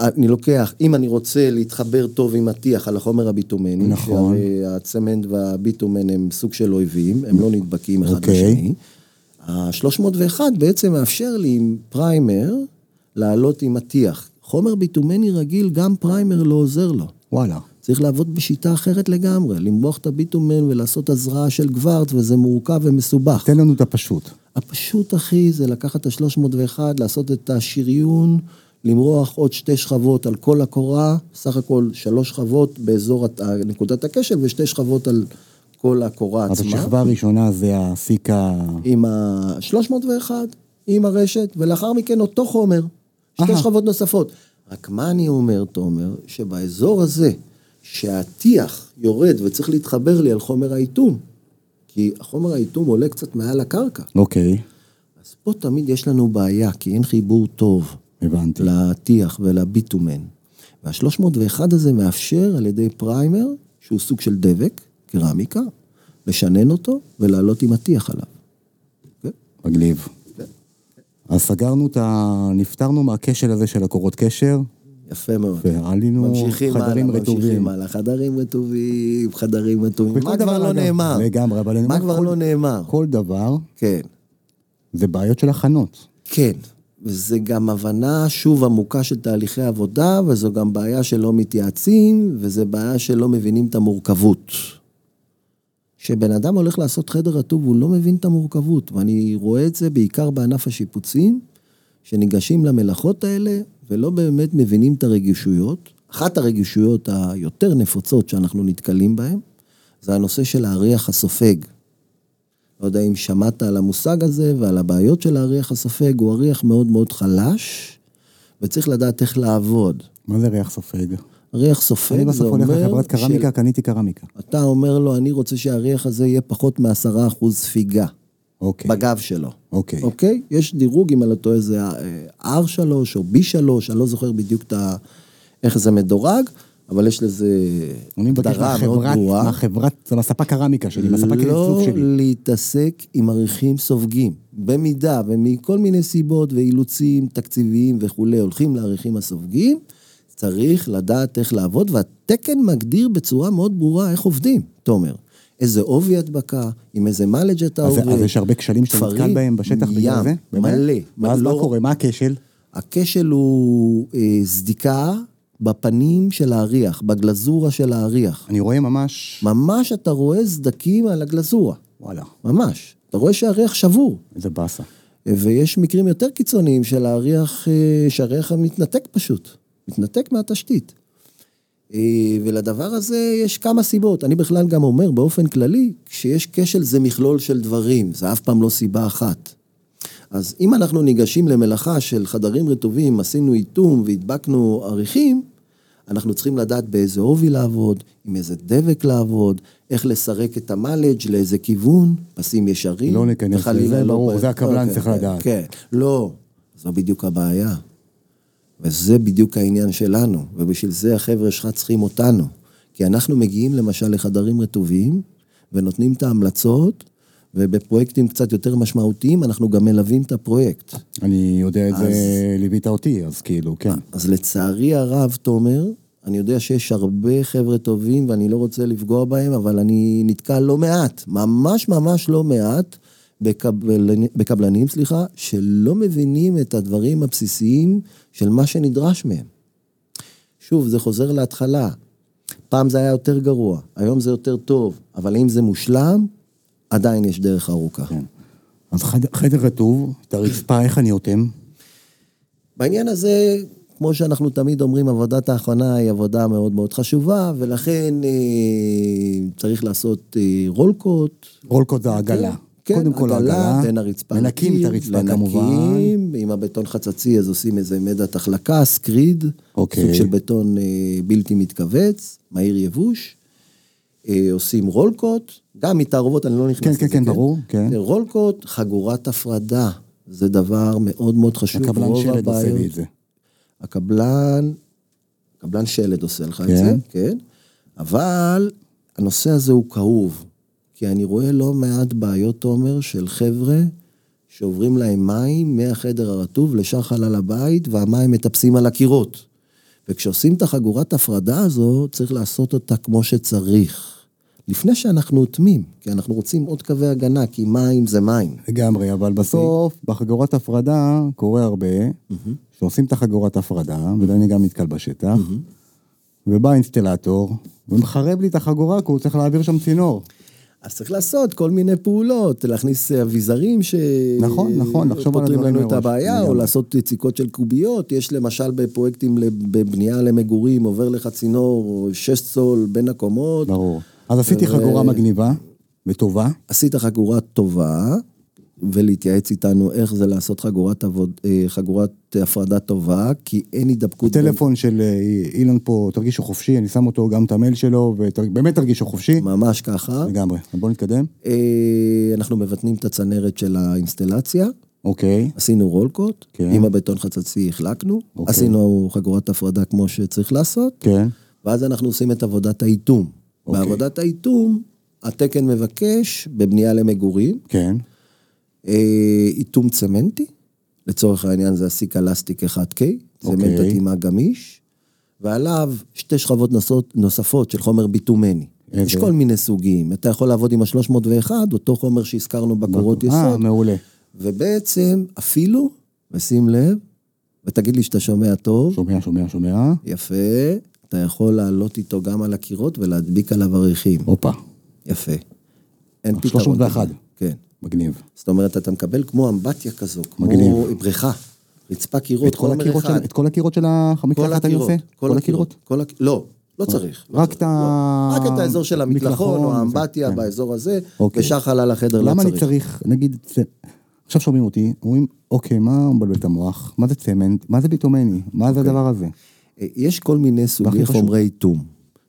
אני לוקח, אם אני רוצה להתחבר טוב עם מטיח על החומר הביטומני, נכון. שהרי הצמנט והביטומן הם סוג של אויבים, הם לא נדבקים אחד אוקיי. לשני. ה-301 בעצם מאפשר לי עם פריימר לעלות עם מטיח. חומר ביטומני רגיל, גם פריימר לא עוזר לו. וואלה. צריך לעבוד בשיטה אחרת לגמרי, למרוח את הביטומן ולעשות הזרעה של גווארץ, וזה מורכב ומסובך. תן לנו את הפשוט. הפשוט, אחי, זה לקחת את ה-301, לעשות את השריון, למרוח עוד שתי שכבות על כל הקורה, סך הכל שלוש שכבות באזור הת- נקודת הכשל ושתי שכבות על כל הקורה אז עצמה. השכבה הראשונה זה הסיקה... עם ה-301, עם הרשת, ולאחר מכן אותו חומר, שתי אהה. שכבות נוספות. רק מה אני אומר, תומר, שבאזור הזה, שהטיח יורד וצריך להתחבר לי על חומר האיתום, כי חומר האיתום עולה קצת מעל הקרקע. אוקיי, אז פה תמיד יש לנו בעיה, כי אין חיבור טוב הבנתי. לטיח ולביטומן. וה-301 הזה מאפשר על ידי פריימר, שהוא סוג של דבק, קרמיקה, לשנן אותו ולעלות עם הטיח עליו. מגניב. אז סגרנו את ה... נפטרנו מהכשל הזה של הקורות קשר, יפה מאוד. ועלינו ממשיכים הלאה, חדרים רטובים. ממשיכים הלאה. חדרים רטובים, חדרים רטובים. וכל מה דבר, כבר לא אגב, נאמר? לגמרי, אבל אני מה אומר, כבר כל- לא נאמר? כל דבר כן. זה בעיות של הכנות. כן. וזה גם הבנה, שוב, עמוקה של תהליכי עבודה, וזו גם בעיה שלא מתייעצים, וזו בעיה שלא מבינים את המורכבות. כשבן אדם הולך לעשות חדר רטוב, הוא לא מבין את המורכבות, ואני רואה את זה בעיקר בענף השיפוצים, שניגשים למלאכות האלה, ולא באמת מבינים את הרגישויות. אחת הרגישויות היותר נפוצות שאנחנו נתקלים בהן, זה הנושא של האריח הסופג. לא יודע אם שמעת על המושג הזה ועל הבעיות של האריח הסופג, הוא אריח מאוד מאוד חלש, וצריך לדעת איך לעבוד. מה זה ריח סופג? ריח סופג, אני זה בסוף הולך אומר, לחברת קרמיקה, קניתי קרמיקה. אתה אומר לו, אני רוצה שהריח הזה יהיה פחות מעשרה אחוז ספיגה אוקיי. בגב שלו. אוקיי. אוקיי? יש דירוג, אם אני לא טועה, זה אה, R3 או B3, אני לא זוכר בדיוק את ה... איך זה מדורג, אבל יש לזה אני מבקש הגדרה מאוד מהחברת, ברורה. מהחברת, זה מהספק קרמיקה שלי, מהספק לא הלצוף שלי. להתעסק עם עריכים סופגים. במידה ומכל מיני סיבות ואילוצים תקציביים וכולי הולכים לעריכים הסופגים, צריך לדעת איך לעבוד, והתקן מגדיר בצורה מאוד ברורה איך עובדים, תומר. איזה עובי הדבקה, עם איזה מאלג' אתה אז, עובד. אז יש הרבה כשלים שאתה נתקל תפרים, בהם בשטח ים, בגלל זה? באמת? מלא. ואז לא- מה קורה? מה הכשל? הכשל הוא אה, סדיקה בפנים של האריח, בגלזורה של האריח. אני רואה ממש... ממש אתה רואה סדקים על הגלזורה, וואלה, ממש. אתה רואה שהריח שבור. איזה באסה. ויש מקרים יותר קיצוניים של האריח, אה, שהריח מתנתק פשוט, מתנתק מהתשתית. אה, ולדבר הזה יש כמה סיבות. אני בכלל גם אומר באופן כללי, כשיש כשל זה מכלול של דברים, זה אף פעם לא סיבה אחת. אז אם אנחנו ניגשים למלאכה של חדרים רטובים, עשינו איטום והדבקנו עריכים, אנחנו צריכים לדעת באיזה עובי לעבוד, עם איזה דבק לעבוד, איך לסרק את המאלג' לאיזה כיוון, פסים ישרים. לא ניכנס וחלילה לזה, ברור, זה הקבלן אוקיי, צריך כן, לדעת. כן, לא, זו בדיוק הבעיה. וזה בדיוק העניין שלנו, ובשביל זה החבר'ה שלך צריכים אותנו. כי אנחנו מגיעים למשל לחדרים רטובים, ונותנים את ההמלצות, ובפרויקטים קצת יותר משמעותיים, אנחנו גם מלווים את הפרויקט. אני יודע את זה, אז- אה. ליווית אותי, אז כאילו, כן. אז לצערי הרב, תומר, אני יודע שיש הרבה חבר'ה טובים ואני לא רוצה לפגוע בהם, אבל אני נתקל לא מעט, ממש ממש לא מעט, בקבלני, בקבלנים, סליחה, שלא מבינים את הדברים הבסיסיים של מה שנדרש מהם. שוב, זה חוזר להתחלה. פעם זה היה יותר גרוע, היום זה יותר טוב, אבל אם זה מושלם, עדיין יש דרך ארוכה. כן. אז חד- חדר רטוב, את הרצפה, איך אני אוטם? בעניין הזה, כמו שאנחנו תמיד אומרים, עבודת ההכנה היא עבודה מאוד מאוד חשובה, ולכן אה, צריך לעשות אה, רולקוט. רולקוט זה העגלה. כן, קודם כל העגלה. בין הרצפה. מנקים את לקיר, הרצפה כמובן. לנקים, עם הבטון חצצי, אז עושים איזה מדת החלקה, סקריד. אוקיי. סוג של בטון אה, בלתי מתכווץ, מהיר יבוש. אה, עושים רולקוט, גם מתערובות, אני לא נכנס כן, לזה. כן, כן, ברור, כן. רולקוט, חגורת הפרדה. זה דבר מאוד מאוד חשוב. הקבלן רוב שלד עושה לי הבעיות- את זה. הקבלן, קבלן שלד עושה לך כן. את זה, כן? אבל הנושא הזה הוא כאוב, כי אני רואה לא מעט בעיות, תומר, של חבר'ה שעוברים להם מים מהחדר הרטוב לשחל על הבית, והמים מטפסים על הקירות. וכשעושים את החגורת הפרדה הזו, צריך לעשות אותה כמו שצריך. לפני שאנחנו אוטמים, כי אנחנו רוצים עוד קווי הגנה, כי מים זה מים. לגמרי, אבל בסוף, בחגורת הפרדה קורה הרבה, שעושים את החגורת הפרדה, וזה אני גם נתקל בשטח, ובא אינסטלטור, ומחרב לי את החגורה, כי הוא צריך להעביר שם צינור. אז צריך לעשות כל מיני פעולות, להכניס אה, אביזרים ש... נכון, נכון, לחשוב על פותרים הדברים לנו את מראש, הבעיה, או לגמרי. לעשות יציקות של קוביות. יש למשל בפרויקטים לב- בבנייה למגורים, עובר לך צינור שש צול בין הקומות. ברור. אז עשיתי ו- חגורה מגניבה, וטובה, עשית חגורה טובה, ולהתייעץ איתנו איך זה לעשות חגורת, עבוד, אה, חגורת הפרדה טובה, כי אין הידבקות. בין- טלפון של אה, אילן פה, תרגישו חופשי, אני שם אותו, גם את המייל שלו, ובאמת תרגישו חופשי, ממש ככה. לגמרי. אז בואו נתקדם. אה, אנחנו מבטנים את הצנרת של האינסטלציה. אוקיי. עשינו רולקוט, כן. כן. עם הבטון חצצי החלקנו, אוקיי. אוקיי. עשינו חגורת הפרדה כמו שצריך לעשות, כן. ואז אנחנו עושים את עבודת האיטום. אוקיי. אוקיי. בעבודת האיטום, התקן מבקש בבנייה למגורים, כן. אה, איטום צמנטי, לצורך העניין זה הסיק אלסטיק 1K, צמנט אוקיי. אטימה גמיש, ועליו שתי שכבות נוסות, נוספות של חומר ביטומני. איזה? יש כל מיני סוגים, אתה יכול לעבוד עם ה-301, אותו חומר שהזכרנו בקורות אה, יסוד, מעולה. ובעצם אפילו, ושים לב, ותגיד לי שאתה שומע טוב, שומע, שומע, שומע. יפה, אתה יכול לעלות איתו גם על הקירות ולהדביק עליו עריכים. הופה, יפה. אין פתרון. 301. כזה. כן. מגניב. זאת אומרת, אתה מקבל כמו אמבטיה כזו, כמו מגניב. בריכה, רצפה קירות, את כל חומר הקירות אחד. של- את כל הקירות של המקלחת אני עושה? כל הקירות. כל הק- לא, לא צריך. לא רק צריך, את ה- לא. רק את האזור של המקלחון, מקלחון, או אה, זה, האמבטיה כן. באזור הזה, אוקיי. ושחל על החדר, לא למה אני צריך. צריך, נגיד, צ- עכשיו שומעים אותי, אומרים, אוקיי, מה הוא מבלבל את המוח? מה זה צמנט? מה זה ביטומני? מה זה הדבר הזה? אה, יש כל מיני והכי סוגי חשוב. חומרי איתום.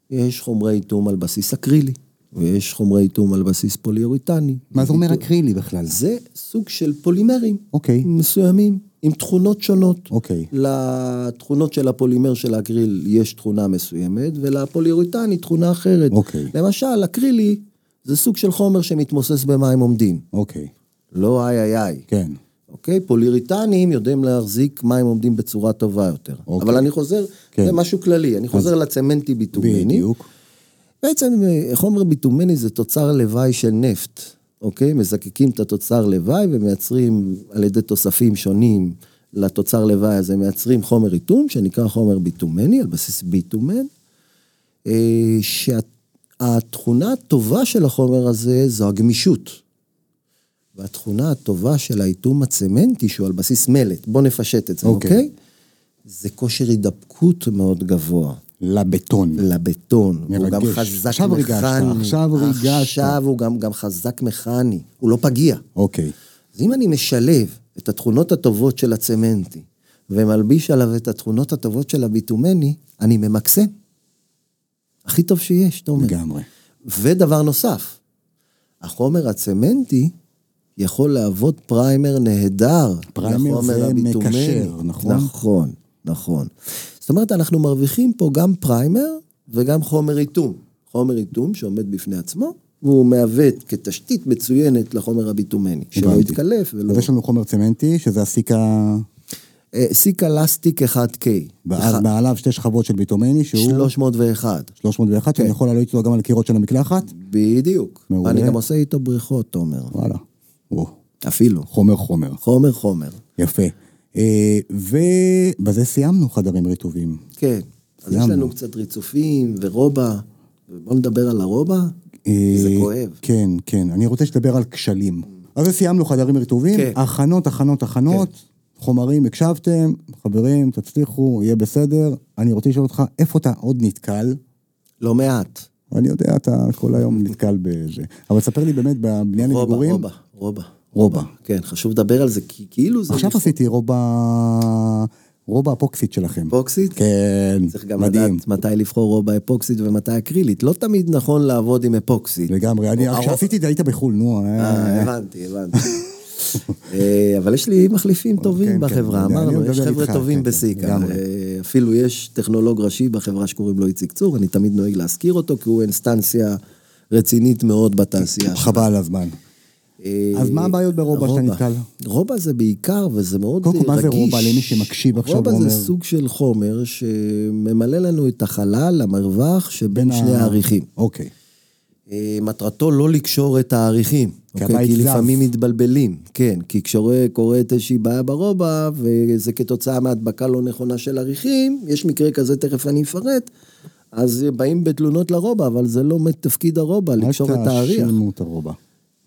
יש חומרי איתום על בסיס אקרילי, ויש חומרי איתום על בסיס פוליוריטני. מה זה אומר אקרילי בכלל? זה סוג של פולימרים. אוקיי. מסוימים, עם תכונות שונות. אוקיי. לתכונות של הפולימר של האקריל יש תכונה מסוימת, ולפוליוריטן היא תכונה אחרת. אוקיי. למשל, אקרילי זה סוג של חומר שמתמוסס במים עומדים. אוקיי. לא איי איי איי. כן. אוקיי? פוליוריטנים יודעים להחזיק מים עומדים בצורה טובה יותר. אוקיי. אבל אני חוזר, כן. זה משהו כללי, אני חוזר לצמנטי ביטומני. בדיוק. בעצם אה, חומר ביטומני זה תוצר לוואי של נפט, אוקיי? מזקקים את התוצר לוואי ומייצרים על ידי תוספים שונים לתוצר לוואי הזה, מייצרים חומר איתום שנקרא חומר ביטומני, על בסיס ביטומן, אה, שהתכונה הטובה של החומר הזה זו הגמישות. והתכונה הטובה של האיתום הצמנטי, שהוא על בסיס מלט, בואו נפשט את זה, אוקיי. אוקיי? זה כושר הידבקות מאוד גבוה. לבטון. לבטון. מרגש. הוא גם מרגש. חזק עכשיו ריגשת, מכני. עכשיו ריגשת. עכשיו הוא גם, גם חזק מכני, הוא לא פגיע. אוקיי. אז אם אני משלב את התכונות הטובות של הצמנטי, ומלביש עליו את התכונות הטובות של הביטומני, אני ממקסם. הכי טוב שיש, תומר. לגמרי. ודבר נוסף, החומר הצמנטי יכול להוות פריימר נהדר. פריימר לחומר זה הביטומני. מקשר, נכון? נכון, נכון. זאת אומרת, אנחנו מרוויחים פה גם פריימר וגם חומר איתום. חומר איתום שעומד בפני עצמו, והוא מהווה כתשתית מצוינת לחומר הביטומני. שלא הבנתי. יתקלף ולא... אז יש לנו חומר צמנטי, שזה הסיק ה... אה, סיק אלסטיק 1K. ואז אחד- מעליו שתי שכבות של ביטומני, שהוא 301. 301, שאני יכול לעלות איתו גם על קירות של המקלחת. בדיוק. מעולה. אני גם עושה איתו בריכות, תומר. וואלה. וואו. אפילו. חומר חומר. חומר חומר. יפה. אה, ובזה סיימנו חדרים רטובים. כן. אז יש סיימנו. לנו קצת ריצופים ורובע. בואו נדבר על הרובע. אה, זה כואב. כן, כן. אני רוצה שתדבר על כשלים. אז זה סיימנו חדרים רטובים. כן. הכנות, הכנות, הכנות. חומרים, הקשבתם. חברים, תצליחו, יהיה בסדר. אני רוצה לשאול אותך, איפה אתה עוד נתקל? לא מעט. אני יודע, אתה כל היום נתקל בזה. אבל ספר לי באמת, בבנייה רובע, למגורים... רובע, רובע. רובע. כן, חשוב לדבר על זה, כי כאילו זה... עכשיו עשיתי רובע... רובע אפוקסית שלכם. אפוקסית? כן, צריך גם מדהים. לדעת מתי לבחור רובע אפוקסית ומתי אקרילית. לא תמיד נכון לעבוד עם אפוקסית. לגמרי. אני- הרוב- כשעשיתי את זה היית בחו"ל, נו. אה, אה, הבנתי, הבנתי. (laughs) אה, אבל יש לי מחליפים כן, טובים בחברה, כן, אני אמרנו, מדבר יש חבר'ה איתך, כן, טובים כן, בסיקה. לגמרי. אה, אפילו יש טכנולוג ראשי בחברה שקוראים לו איציק צור, אני תמיד נוהג להזכיר אותו, כי הוא אינסטנציה רצינית מאוד בתעשייה. חבל על הזמן. אה, אז מה הבעיות ברובע שאתה נתקל? רובע זה בעיקר, וזה מאוד קודם כל, רגיש. מה זה רובע למי שמקשיב עכשיו רובע ואומר- זה סוג של חומר שממלא לנו את החלל, המרווח, שבין בין שני ה- העריכים. אוקיי. אה, מטרתו לא לקשור את העריכים. כי אוקיי? הבית כי זז. לפעמים מתבלבלים, כן. כי כשקורית איזושהי בעיה ברובע, וזה כתוצאה מהדבקה לא נכונה של עריכים, יש מקרה כזה, תכף אני אפרט, אז באים בתלונות לרובע, אבל זה לא תפקיד הרובע, לקשור את אל האריך. תאשימו את הרובע.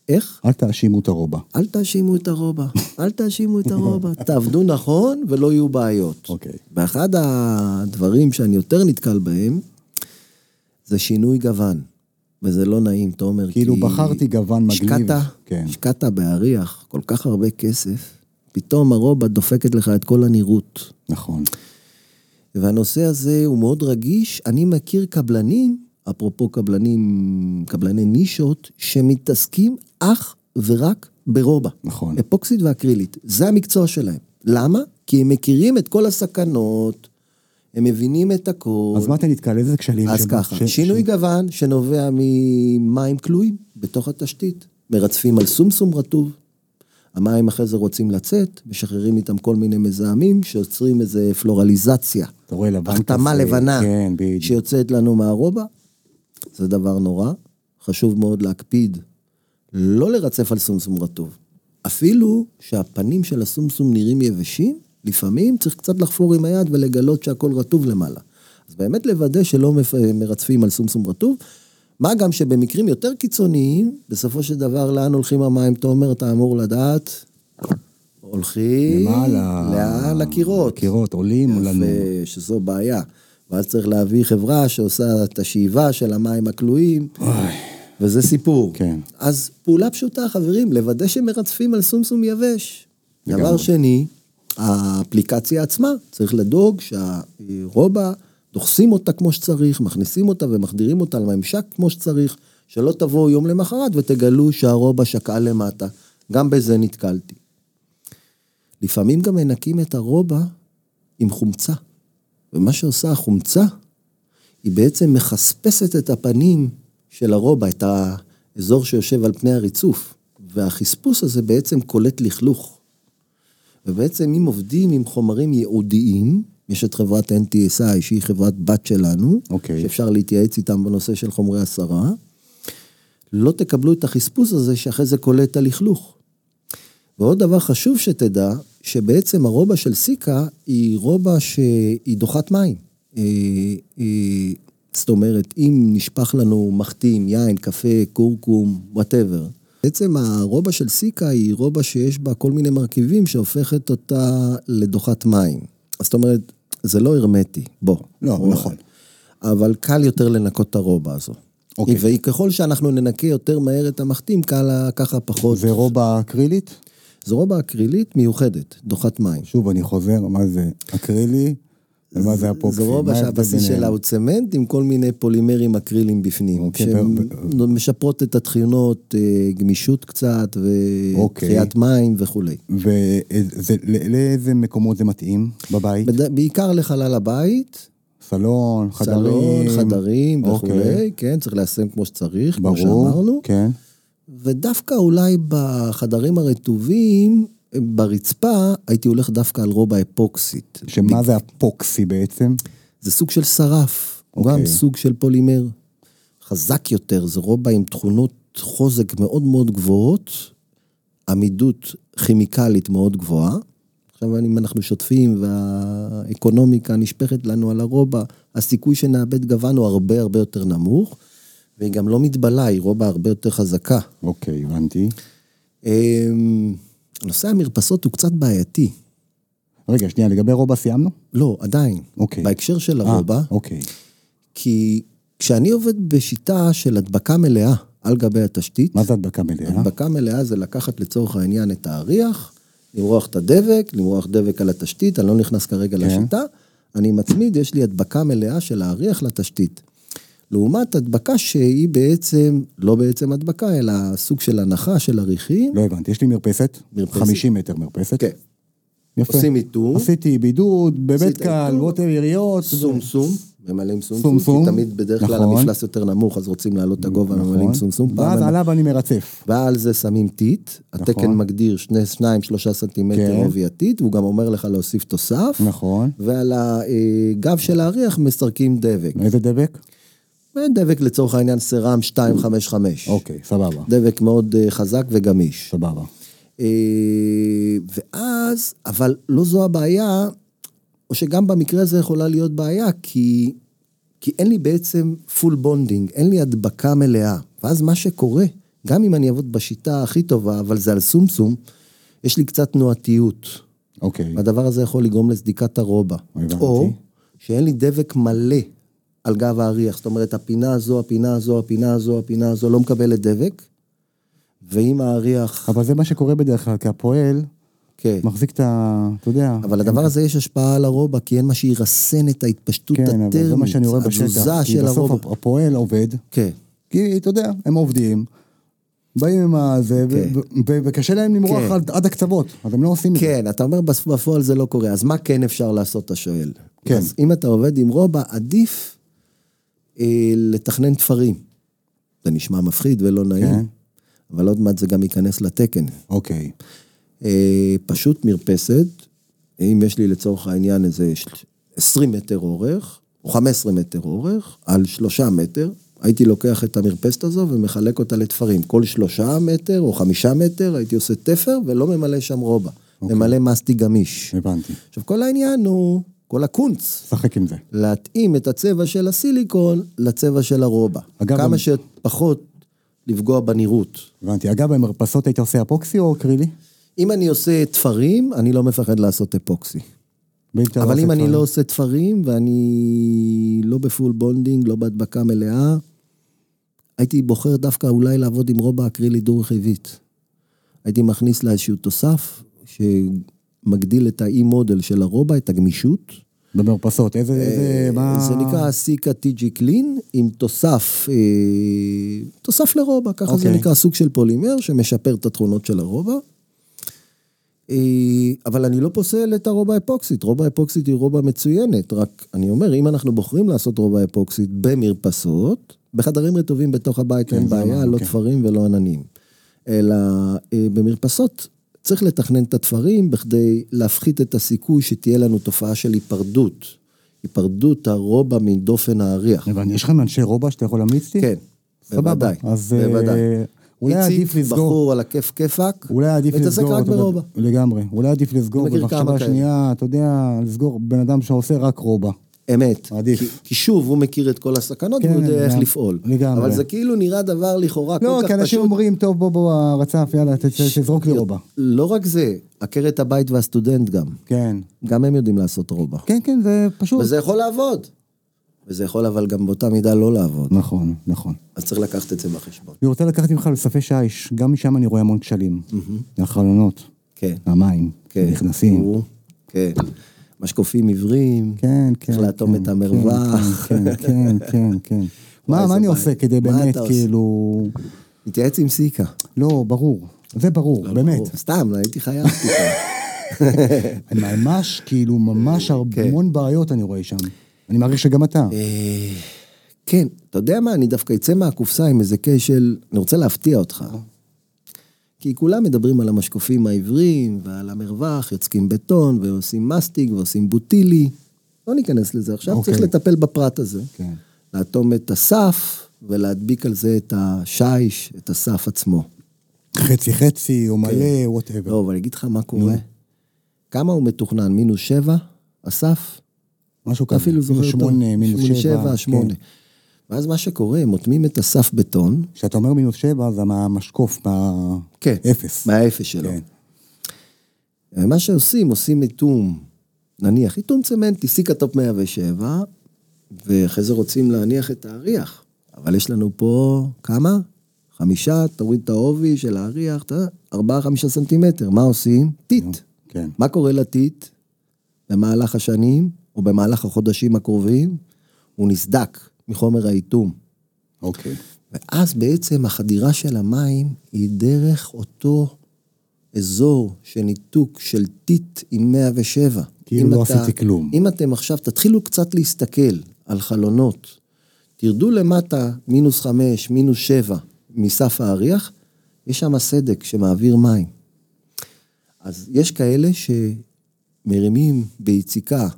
איך? אל תאשימו את הרובע. אל תאשימו את הרובע, אל תאשימו את הרובע. (laughs) תעבדו נכון ולא יהיו בעיות. אוקיי. ואחד הדברים שאני יותר נתקל בהם, זה שינוי גוון. וזה לא נעים, תומר, כאילו בחרתי גוון מגניב. השקעת, כן. השקעת בהריח כל כך הרבה כסף, פתאום הרובע דופקת לך את כל הנראות. נכון. והנושא הזה הוא מאוד רגיש. אני מכיר קבלנים, אפרופו קבלנים, קבלני נישות, שמתעסקים אך ורק ברובע. נכון. אפוקסית ואקרילית. זה המקצוע שלהם. למה? כי הם מכירים את כל הסכנות, הם מבינים את הכל. אז מה אתה נתקל? איזה כשלים? אז ש- ככה, ש- שינוי גוון שנובע ממים כלואים בתוך התשתית. מרצפים על סומסום רטוב, המים אחרי זה רוצים לצאת, משחררים איתם כל מיני מזהמים שיוצרים איזה פלורליזציה. אתה רואה לבן החתמה כזה, לבנה, כן, בדיוק. שיוצאת לנו מהרובע, זה דבר נורא. חשוב מאוד להקפיד לא לרצף על סומסום רטוב. אפילו שהפנים של הסומסום נראים יבשים, לפעמים צריך קצת לחפור עם היד ולגלות שהכל רטוב למעלה. אז באמת לוודא שלא מפ- אה, מרצפים על סומסום רטוב. מה גם שבמקרים יותר קיצוניים, בסופו של דבר לאן הולכים המים, תומר, אתה אמור לדעת, הולכים... למעלה. לאן? לקירות. קירות, עולים לנו. ו- שזו בעיה. ואז צריך להביא חברה שעושה את השאיבה של המים הכלואים, וזה סיפור. כן. אז פעולה פשוטה, חברים, לוודא שמרצפים על סומסום יבש. דבר שני, האפליקציה עצמה, צריך לדאוג שהרובע, דוחסים אותה כמו שצריך, מכניסים אותה ומחדירים אותה לממשק כמו שצריך, שלא תבואו יום למחרת ותגלו שהרובע שקעה למטה. גם בזה נתקלתי. לפעמים גם מנקים את הרובע עם חומצה. ומה שעושה החומצה, היא בעצם מחספסת את הפנים של הרובע, את האזור שיושב על פני הריצוף. והחספוס הזה בעצם קולט לכלוך. ובעצם אם עובדים עם חומרים ייעודיים, יש את חברת NTSI, שהיא חברת בת שלנו, אוקיי. שאפשר להתייעץ איתם בנושא של חומרי הסרה, לא תקבלו את החספוס הזה שאחרי זה קולט את הלכלוך. ועוד דבר חשוב שתדע, שבעצם הרובע של סיקה היא רובע שהיא דוחת מים. אה, אה, זאת אומרת, אם נשפך לנו מחטים, יין, קפה, כורכום, וואטאבר, בעצם הרובע של סיקה היא רובע שיש בה כל מיני מרכיבים שהופכת אותה לדוחת מים. זאת אומרת, זה לא הרמטי, בוא. לא, בוא. נכון. אבל קל יותר לנקות את הרובע הזו. אוקיי. וככל שאנחנו ננקה יותר מהר את המחטים, קל ה- ככה פחות. ורובע אקרילית? זו רובה אקרילית מיוחדת, דוחת מים. שוב, אני חוזר, מה זה אקרילי ומה זה זו אפוקסי? רובה מה ההבדל שהבסיס ביניהם? שלה הוא צמנט עם כל מיני פולימרים אקרילים בפנים, אוקיי, שמשפרות את הטחיונות, אה, גמישות קצת, אוקיי. ודחיית מים וכולי. וזה- לא- לאיזה מקומות זה מתאים בבית? בד- בעיקר לחלל הבית, סלון, חדרים? סלון, חדרים אוקיי. וכולי, כן, צריך ליישם כמו שצריך, כמו שאמרנו. ברור, כן. ודווקא אולי בחדרים הרטובים, ברצפה, הייתי הולך דווקא על רובה אפוקסית. שמה זה אפוקסי בעצם? זה סוג של שרף, הוא אוקיי. גם סוג של פולימר. חזק יותר, זה רובע עם תכונות חוזק מאוד מאוד גבוהות, עמידות כימיקלית מאוד גבוהה. עכשיו, אם אנחנו שוטפים והאקונומיקה נשפכת לנו על הרובע, הסיכוי שנאבד גוון הוא הרבה הרבה יותר נמוך, והיא גם לא מתבלה, היא רובע הרבה יותר חזקה. אוקיי, הבנתי. אמ, נושא המרפסות הוא קצת בעייתי. רגע, שנייה, לגבי רובע סיימנו? לא, עדיין. אוקיי. בהקשר של אה, הרובע, אוקיי. כי כשאני עובד בשיטה של הדבקה מלאה על גבי התשתית, מה זה הדבקה מלאה? הדבקה מלאה זה לקחת לצורך העניין את האריח, למרוח את הדבק, למרוח דבק על התשתית, אני לא נכנס כרגע כן. לשיטה, אני מצמיד, יש לי הדבקה מלאה של האריח לתשתית. לעומת הדבקה שהיא בעצם, לא בעצם הדבקה, אלא סוג של הנחה של אריחים. לא אוקיי. הבנתי, יש לי מרפסת, מרפסת. 50 מטר מרפסת. כן. יפה. עושים איתור. עשיתי בידוד, בבית עשית קל, איתור. ווטר יריות. סומסום, ממלאים סומסום, סומסום, כי תמיד בדרך כלל נכון. המפלס יותר נמוך, אז רוצים להעלות את הגובה, נכון. ממלאים סומסום. פעם ואז הם- עליו אני מרצף. ועל זה שמים טיט, התקן מגדיר שני, שניים, שלושה סנטימטר נכון. כן. עובי הטיט, והוא גם אומר לך להוסיף תוסף, נכון. ועל הגב של האריח מסרקים דבק. איזה דבק? ודבק לצורך העניין סרם 255. אוקיי, סבבה. דבק מאוד אה, חזק וגמיש. סבבה. אה, ואז, אבל לא זו הבעיה, או שגם במקרה הזה יכולה להיות בעיה, כי, כי אין לי בעצם פול בונדינג, אין לי הדבקה מלאה. ואז מה שקורה, גם אם אני אעבוד בשיטה הכי טובה, אבל זה על סומסום, יש לי קצת תנועתיות. אוקיי. הדבר הזה יכול לגרום לסדיקת הרובע. הבנתי. או שאין לי דבק מלא על גב האריח. זאת אומרת, הפינה הזו, הפינה הזו, הפינה הזו, הפינה הזו, לא מקבלת דבק. ואם האריח... אבל זה מה שקורה בדרך כלל, כי הפועל כן. מחזיק את ה... אתה יודע. אבל לדבר הזה יש השפעה על הרובע, כי אין מה שירסן את ההתפשטות כן, הטרמית, אבל זה מה שאני רואה בשטח. התזוזה כי של בסוף הרובע. הפ- הפועל עובד, כן, כי אתה יודע, הם עובדים, באים עם הזה, ו- כן. ו- ו- וקשה להם למרוח כן. עד- עד הקצוות, אז הם לא עושים את זה. כן, אתה אומר בס- בפועל זה לא קורה, אז מה כן אפשר לעשות, אתה שואל. כן. אז אם אתה עובד עם רובע, עדיף אה, לתכנן תפרים. זה נשמע מפחיד ולא כן. נעים, אבל עוד מעט זה גם ייכנס לתקן. אוקיי. אה, פשוט מרפסת, אם יש לי לצורך העניין איזה של- 20 מטר אורך, או 15 מטר אורך, על שלושה מטר, הייתי לוקח את המרפסת הזו ומחלק אותה לתפרים. כל שלושה מטר או חמישה מטר הייתי עושה תפר ולא ממלא שם רובע. אוקיי. ממלא מסטי גמיש. הבנתי. עכשיו, כל העניין הוא, כל הקונץ, שחק עם זה. להתאים את הצבע של הסיליקון לצבע של הרובע. אגב, כמה גם- שפחות לפגוע בנראות. הבנתי. אגב, במרפסות היית עושה אפוקסי או אקרילי? אם אני עושה תפרים, אני לא מפחד לעשות אפוקסי. ואם אתה אבל עושה אם אני דברים- לא עושה תפרים, ואני לא בפול בונדינג, לא בהדבקה מלאה, הייתי בוחר דווקא אולי לעבוד עם רובע אקרילי דו-רכיבית. הייתי מכניס לה איזשהו תוסף, מגדיל את האי-מודל של הרובע, את הגמישות. במרפסות, איזה, אה, איזה, אה, מה... זה נקרא סיקה טיג'י קלין, עם תוסף, אה, תוסף לרובע, ככה זה אוקיי. נקרא סוג של פולימר שמשפר את התכונות של הרובע. אה, אבל אני לא פוסל את הרובע האפוקסית, רובע האפוקסית היא רובע מצוינת, רק אני אומר, אם אנחנו בוחרים לעשות רובע אפוקסית במרפסות, בחדרים רטובים בתוך הבית אין זה בעיה, אמרנו, לא כן. תפרים ולא עננים. אלא אה, במרפסות צריך לתכנן את התפרים בכדי להפחית את הסיכוי שתהיה לנו תופעה של היפרדות. היפרדות הרובע מדופן האריח. הבנתי, יש לכם אנשי רובע שאתה יכול להמליץ לי? כן, בוודאי. אז אה, בוודאי. אולי עדיף איציק, לסגור, בחור על הכיף כיפאק, אולי עדיף מתעסק לסגור רק אותו ב- ברובע. לגמרי. אולי עדיף לסגור אני מכיר כמה במחשבה כאלה. שנייה, אתה יודע, לסגור בן אדם שעושה רק רובע. אמת. עדיף. כי, כי שוב, הוא מכיר את כל הסכנות כן, והוא יודע איך לגמרי. לפעול. לגמרי. אבל זה כאילו נראה דבר לכאורה כל לא, כך כי אנשים פשוט. אומרים, טוב, בוא, בוא, הרצף, יאללה, ת- ת- תזרוק לי רובע. לא רק זה, עקרת הבית והסטודנט גם. כן. גם הם יודעים לעשות רובע. כן, כן, זה פשוט. וזה יכול לעבוד. וזה יכול אבל גם באותה מידה לא לעבוד. נכון, נכון. אז צריך לקחת את זה בחשבון. אני רוצה לקחת ממך לספי שיש, גם משם אני רואה המון כשלים. החלונות, כן, המים, כן. נכנסים. ברור. כן. משקופים עיוורים. כן, כן. צריך לאטום כן, את המרווח. כן, כן, כן, כן, כן. מה, (laughs) וואי, מה זה אני בעיה. עושה כדי מה באמת, אתה עושה? כאילו... נתייעץ עם סיקה. לא, ברור. זה ברור, באמת. ברור. סתם, הייתי חייב פתאום. ממש, כאילו, (laughs) ממש כן. המון בעיות אני רואה שם. אני מעריך שגם אתה. אה, כן, אתה יודע מה, אני דווקא אצא מהקופסה עם איזה כשל, אני רוצה להפתיע אותך. כי כולם מדברים על המשקופים העבריים, ועל המרווח, יוצקים בטון, ועושים מסטיק, ועושים בוטילי. לא ניכנס לזה עכשיו, אוקיי. צריך לטפל בפרט הזה. כן. לאטום את הסף, ולהדביק על זה את השיש, את הסף עצמו. כן. חצי חצי, או מלא, וואטאבר. כן. לא, אבל אני אגיד לך מה קורה. כמה הוא מתוכנן? מינוס שבע? הסף? משהו כזה. אתה אפילו זוכר אותו. כן, שמונה, אה, מינוס שבע. שמונה. כן. ואז מה שקורה, הם מוטמים את הסף בטון, כשאתה אומר מינוס שבע, זה מהמשקוף, מה... כן. אפס. מהאפס שלו. כן. ומה שעושים, עושים איתום, נניח, איתום צמנט, הסיק הטופ 107, ואחרי זה רוצים להניח את האריח. אבל יש לנו פה, כמה? חמישה, תוריד את העובי של האריח, אתה- ארבעה, חמישה סנטימטר. מה עושים? טיט. כן. מה קורה לטיט במהלך השנים, או במהלך החודשים הקרובים? הוא נסדק מחומר האיתום. אוקיי. ואז בעצם החדירה של המים היא דרך אותו אזור של ניתוק של טיט עם 107. כאילו אם לא אתה- עשיתי כלום. אם אתם עכשיו, תתחילו קצת להסתכל על חלונות, תרדו למטה, מינוס חמש, מינוס שבע, מסף האריח, יש שם סדק שמעביר מים. אז יש כאלה שמרימים ביציקה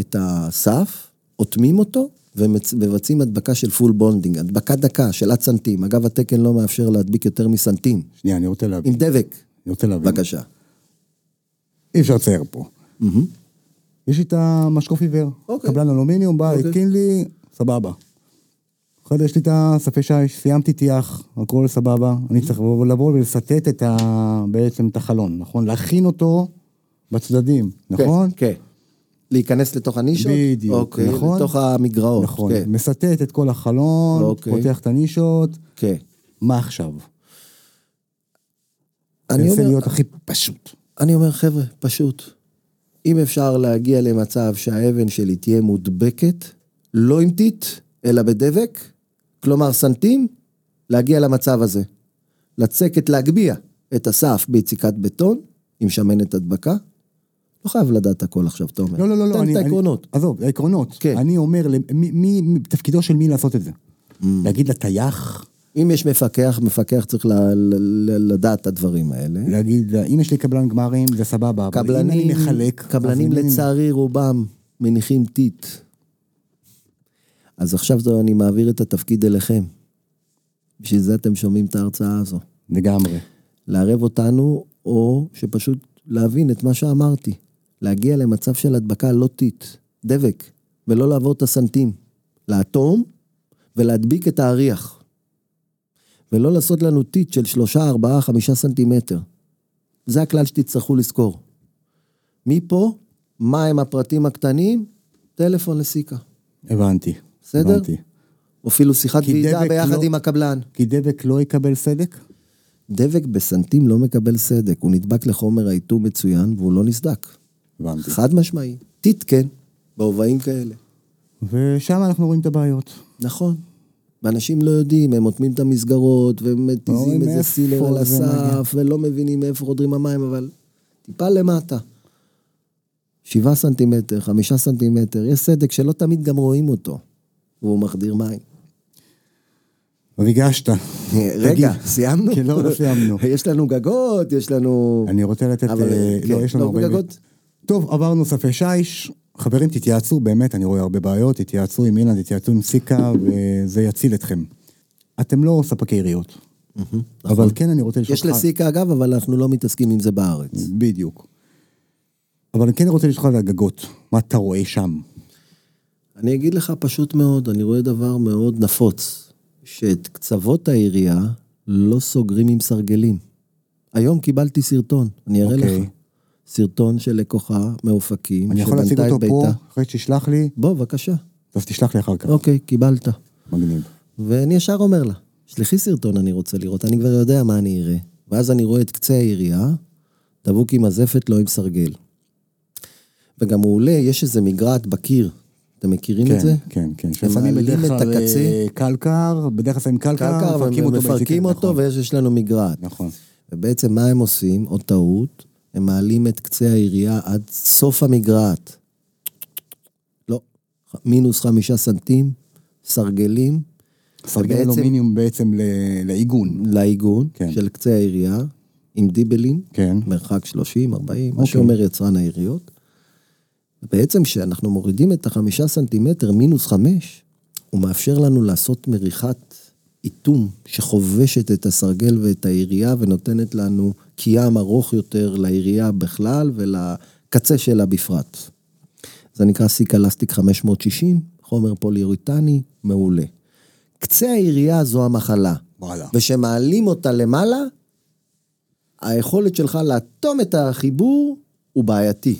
את הסף, אוטמים אותו ומבצעים הדבקה של פול בונדינג, הדבקה דקה של עד סנטים. אגב, התקן לא מאפשר להדביק יותר מסנטים, שנייה, אני רוצה להבין. עם דבק. אני רוצה להבין. בבקשה. אי אפשר לצייר פה. יש לי את המשקוף עיוור. אוקיי. קבלן אלומיניום, בא, התקין לי, סבבה. אחרי זה יש לי את הספי שיש, סיימתי טייח, הכל סבבה. אני צריך לבוא- לבוא ולסטט את ה... בעצם את החלון, נכון? להכין אותו בצדדים, נכון? כן. להיכנס לתוך הנישות? בדיוק, אוקיי, נכון? לתוך המגרעות. נכון. כן. מסטט את כל החלון, אוקיי. פותח את הנישות. כן. מה עכשיו? אני מנסה אומר, להיות הכי פשוט. אני אומר, חבר'ה, פשוט. אם אפשר להגיע למצב שהאבן שלי תהיה מודבקת, לא עם טיט, אלא בדבק, כלומר סנטים, להגיע למצב הזה. לצקת, להגביה את הסף ביציקת בטון, עם שמנת הדבקה. לא חייב לדעת הכל עכשיו, תומר. לא, לא, לא, לא. תן אני- את אני- העקרונות. עזוב, העקרונות. כן. אני אומר, למ- מי- מי, מי- תפקידו של מי לעשות את זה? להגיד לטייח? אם יש מפקח, מפקח צריך ל- ל- ל- לדעת את הדברים האלה. להגיד, אם יש לי קבלן גמרים, זה סבבה. אבל אם אני קבלנים, מחלק... אז קבלנים אני- לצערי רובם מניחים טיט. אז עכשיו זו- אני מעביר את התפקיד אליכם. בשביל זה אתם שומעים את ההרצאה הזו. לגמרי. לערב אותנו, או שפשוט להבין את מה שאמרתי. להגיע למצב של הדבקה לא טיט, דבק, ולא לעבור את הסנטים. לאטום ולהדביק את האריח. ולא לעשות לנו טיט של שלושה, ארבעה, חמישה סנטימטר. זה הכלל שתצטרכו לזכור. מפה, מה הם הפרטים הקטנים? טלפון לסיקה, הבנתי. בסדר? הבנתי. או אפילו שיחת כי ועידה דבק ביחד לא- עם הקבלן. כי דבק לא יקבל סדק? דבק בסנטים לא מקבל סדק, הוא נדבק לחומר האיתום מצוין והוא לא נסדק. הבנתי. חד משמעי. טיט כן, בהובעים כאלה. ושם אנחנו רואים את הבעיות. נכון. ואנשים לא יודעים, הם אוטמים את המסגרות, ומתיזים אומרים איזה מאיפה סילר על לא זה מגיע. הסף, ולא מבינים מאיפה חודרים המים, אבל טיפה למטה. שבעה סנטימטר, חמישה סנטימטר, יש סדק שלא תמיד גם רואים אותו, והוא מחדיר (laughs) מים. ריגשת. (laughs) רגע, סיימנו? כן, לא, לא סיימנו. (laughs) יש לנו גגות, יש לנו... אני רוצה לתת... אבל, אה, כן, לא, יש לנו לא, 40... גגות? טוב, עברנו ספי שיש. חברים, תתייעצו, באמת, אני רואה הרבה בעיות. תתייעצו עם אילן, תתייעצו עם סיקה, וזה יציל אתכם. אתם לא ספקי עיריות. אבל כן, אני רוצה לשאול נכון. יש אותך... לסיקה אגב, אבל אנחנו לא מתעסקים עם זה בארץ. בדיוק. אבל אני כן רוצה לשאול אותך על הגגות. מה אתה רואה שם? אני אגיד לך פשוט מאוד, אני רואה דבר מאוד נפוץ, שאת קצוות העירייה לא סוגרים עם סרגלים. היום קיבלתי סרטון, אני אראה אוקיי. לך. סרטון של לקוחה מאופקים, אני יכול שבנתה להציג את אותו פה, ביתה. אחרי שתשלח לי, בוא, בבקשה. אז תשלח לי אחר כך. אוקיי, קיבלת. מגניב. ואני ישר אומר לה, שלחי סרטון, אני רוצה לראות, אני כבר יודע מה אני אראה. ואז אני רואה את קצה העירייה, דבוק עם מזפת, לא עם סרגל. וגם הוא עולה, יש איזה מגרעת בקיר. אתם מכירים כן, את זה? כן, כן. הם ששמים בדרך מעלים את כלל הקצה. אה, קלקר, בדרך כלל שמים קלקר, קרקע, מפרקים אבל אותו. מפרקים באיזה- אותו, נכון, ויש יש לנו מגרעת. נכון. ובעצם מה הם עושים? עוד טעות, הם מעלים את קצה העירייה עד סוף המגרעת. לא, ח- מינוס חמישה סנטים, סרגלים, סרגל ובעצם- אלומיניום בעצם ל- לעיגון. לעיגון כן. של קצה העירייה, עם דיבלין, כן. מרחק 30, 40, מה אוקיי. שאומר יצרן העיריות. בעצם כשאנחנו מורידים את החמישה סנטימטר מינוס חמש, הוא מאפשר לנו לעשות מריחת איתום שחובשת את הסרגל ואת העירייה ונותנת לנו קיאם ארוך יותר לעירייה בכלל ולקצה שלה בפרט. זה נקרא סיקלסטיק 560, חומר פוליוריטני מעולה. קצה העירייה זו המחלה. וואלה. ושמעלים אותה למעלה, היכולת שלך לאטום את החיבור הוא בעייתי.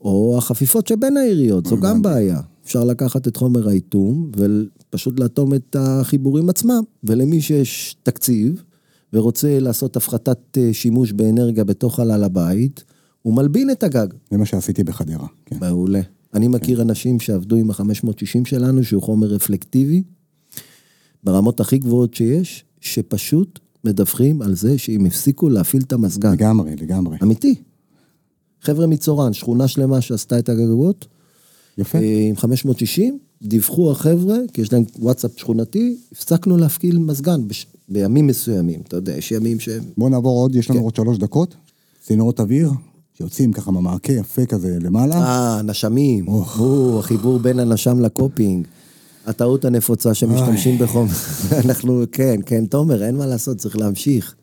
או החפיפות שבין העיריות, זו גם בעיה. אפשר לקחת את חומר האיתום ופשוט לאטום את החיבורים עצמם. ולמי שיש תקציב ורוצה לעשות הפחתת אה, שימוש באנרגיה בתוך חלל הבית, הוא מלבין את הגג. זה מה שעשיתי בחדרה. כן. מעולה. אני מכיר אנשים שעבדו עם ה-560 שלנו, שהוא חומר רפלקטיבי, ברמות הכי גבוהות שיש, שפשוט מדווחים על זה שהם הפסיקו להפעיל את המזגן. לגמרי, לגמרי. אמיתי. חבר'ה מצורן, שכונה שלמה שעשתה את הגגות, יפה. אה, עם 560, דיווחו החבר'ה, כי יש להם וואטסאפ שכונתי, הפסקנו להפעיל מזגן בש... בימים מסוימים, אתה יודע, יש ימים שהם... בואו נעבור עוד, כן. יש לנו עוד שלוש דקות. צינורות אוויר, שיוצאים ככה מהמעקה יפה כזה למעלה. אה, נשמים. אוח. או, החיבור בין הנשם לקופינג. הטעות הנפוצה שמשתמשים בחום. (laughs) אנחנו, כן, כן, תומר, אין מה לעשות, צריך להמשיך.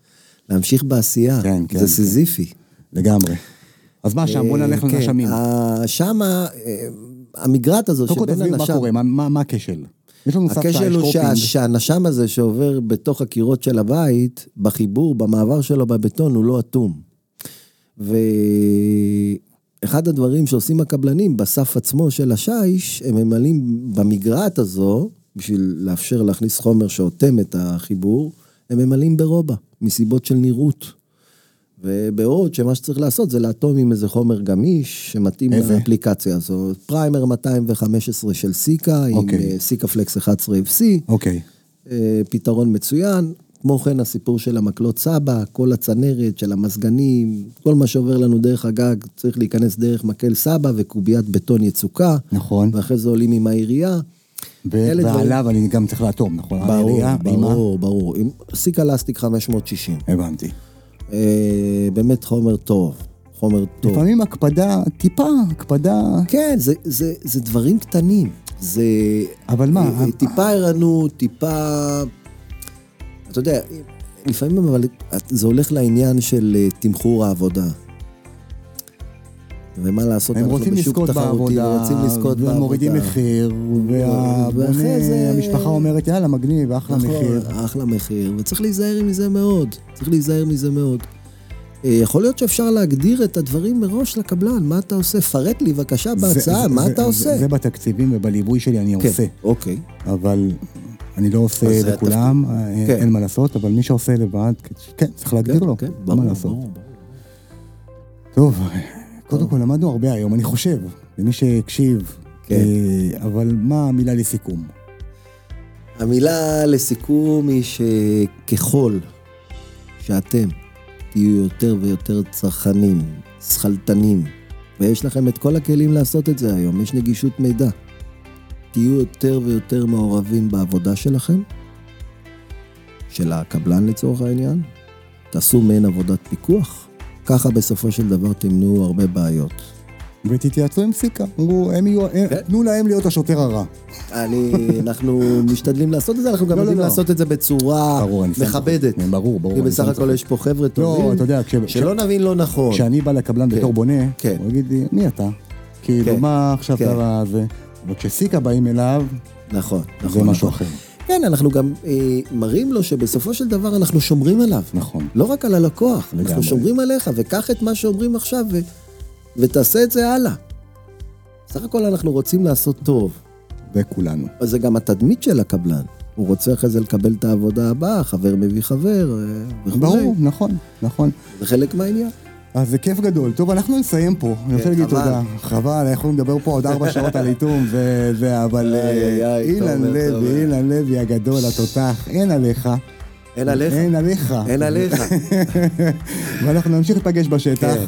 להמשיך בעשייה. כן, כן, כן. זה סיזיפי. לגמרי. אז מה שם, בואו נלך אה, כן, לנשמים. ה- שמה, אה, המגרעת הזו קודם כל שבין תסביר מה הנשם... קורה, מה- מה מה הכשל? יש לנו סבתא, יש הכשל הוא שה- קופינג. שהנשם הזה שעובר בתוך הקירות של הבית, בחיבור, במעבר שלו בבטון, הוא לא אטום. ואחד הדברים שעושים הקבלנים בסף עצמו של השיש, הם ממלאים במגרעת הזו, בשביל לאפשר להכניס חומר שאוטם את החיבור, הם ממלאים ברובע, מסיבות של נראות. ובעוד שמה שצריך לעשות זה לאטום עם איזה חומר גמיש שמתאים איזה? לאפליקציה הזו. פריימר 215 של סיקה, עם אוקיי. אה, סיקה פלקס 11 FC, אוקיי. אה, פתרון מצוין. כמו כן הסיפור של המקלות סבא, כל הצנרת של המזגנים, כל מה שעובר לנו דרך הגג צריך להיכנס דרך מקל סבא וקוביית בטון יצוקה. נכון. ואחרי זה עולים עם העירייה. ו- אלה דברים- ועליו אני גם צריך לאטום, נכון? ברור, העירייה, אימה. ברור, ברור. עם סיקה לסטיק 560. הבנתי. אה, באמת חומר טוב, חומר טוב. לפעמים הקפדה, טיפה הקפדה, כן, זה, זה, זה דברים קטנים. זה... אבל מה, אה, ה- טיפה ערנות, טיפה... אתה יודע, לפעמים אבל זה הולך לעניין של אה, תמחור העבודה. ומה לעשות, הם אנחנו רוצים בשוק לזכות תחרותי, בעבודה, רוצים לזכות בעבודה. ומורידים מחיר, ואחרי זה- והמשפחה אומרת, יאללה, מגניב, אחלה נכון, מחיר. אחלה מחיר, וצריך להיזהר מזה מאוד. צריך להיזהר מזה מאוד. אה, יכול להיות שאפשר להגדיר את הדברים מראש לקבלן, מה אתה עושה? פרט לי בבקשה זה- בהצעה, זה- מה זה- אתה זה- עושה? זה בתקציבים ובליווי שלי אני כן, עושה, אוקיי. אבל אני לא עושה אז זה לכולם, אה, כן. אין מה לעשות, אבל מי שעושה לבד, כן, צריך להגדיר לו, כן, אין מה לעשות. טוב, קודם כל למדנו הרבה היום, אני חושב, למי שהקשיב, כן. אה, אבל מה המילה לסיכום? המילה לסיכום היא שככל שאתם תהיו יותר ויותר צרכנים, שכלתנים, ויש לכם את כל הכלים לעשות את זה היום, יש נגישות מידע. תהיו יותר ויותר מעורבים בעבודה שלכם, של הקבלן לצורך העניין, תעשו מעין עבודת פיקוח, ככה בסופו של דבר תמנעו הרבה בעיות. ותתייעצו עם סיקה, אמרו, הם יהיו, הם- כן. נכון. תנו להם להיות השוטר הרע. אני, אנחנו משתדלים לעשות את זה, אנחנו גם לא, לא, יודעים לא. לעשות את זה בצורה ברור, אני סתם מכבדת. צוחק. ברור, ברור, כי אני בסך סתם הכל יש פה חבר'ה לא, טובים, אתה יודע, כש- שלא נבין לא נכון. כשאני בא לקבלן בתור בונה, כן. הוא יגיד לי, מי אתה? כאילו, כן. מה עכשיו כן. אתה זה? וכשסיקה באים אליו, נכון, נכון. זה משהו נכון. אחר. כן, אנחנו גם אה, מראים לו שבסופו של דבר אנחנו שומרים עליו. נכון. לא רק על הלקוח, אנחנו לגמרי. שומרים עליך, וקח את מה שאומרים עכשיו ו- ותעשה את זה הלאה. בסך הכל אנחנו רוצים לעשות טוב. זה כולנו. אז זה גם התדמית של הקבלן. הוא רוצה אחרי זה לקבל את העבודה הבאה, חבר מביא חבר, אה, וכו'. ברור, נכון, נכון. זה חלק מהעניין. אז זה כיף גדול. טוב, אנחנו נסיים פה. אני רוצה להגיד כן, חבל. תודה. חבל, יכולנו לדבר פה עוד (laughs) ארבע שעות על איתום, ו- ו- אבל איי, איי, אה, איי, אילן תומר, תומר. לוי, אילן לוי הגדול, התותח, אין עליך. אין עליך. אין עליך. אין עליך. ואנחנו נמשיך להיפגש בשטח. כן,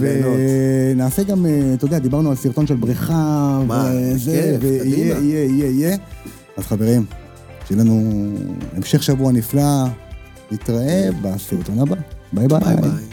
תהנות. ונעשה גם, אה, אתה יודע, דיברנו על סרטון של בריכה, מה, וזה, כיף, ויהיה, קדימה. יהיה, יהיה, יהיה. אז חברים, שיהיה לנו המשך שבוע נפלא, נתראה בסרטון הבא. (laughs) ביי ביי. ביי ביי.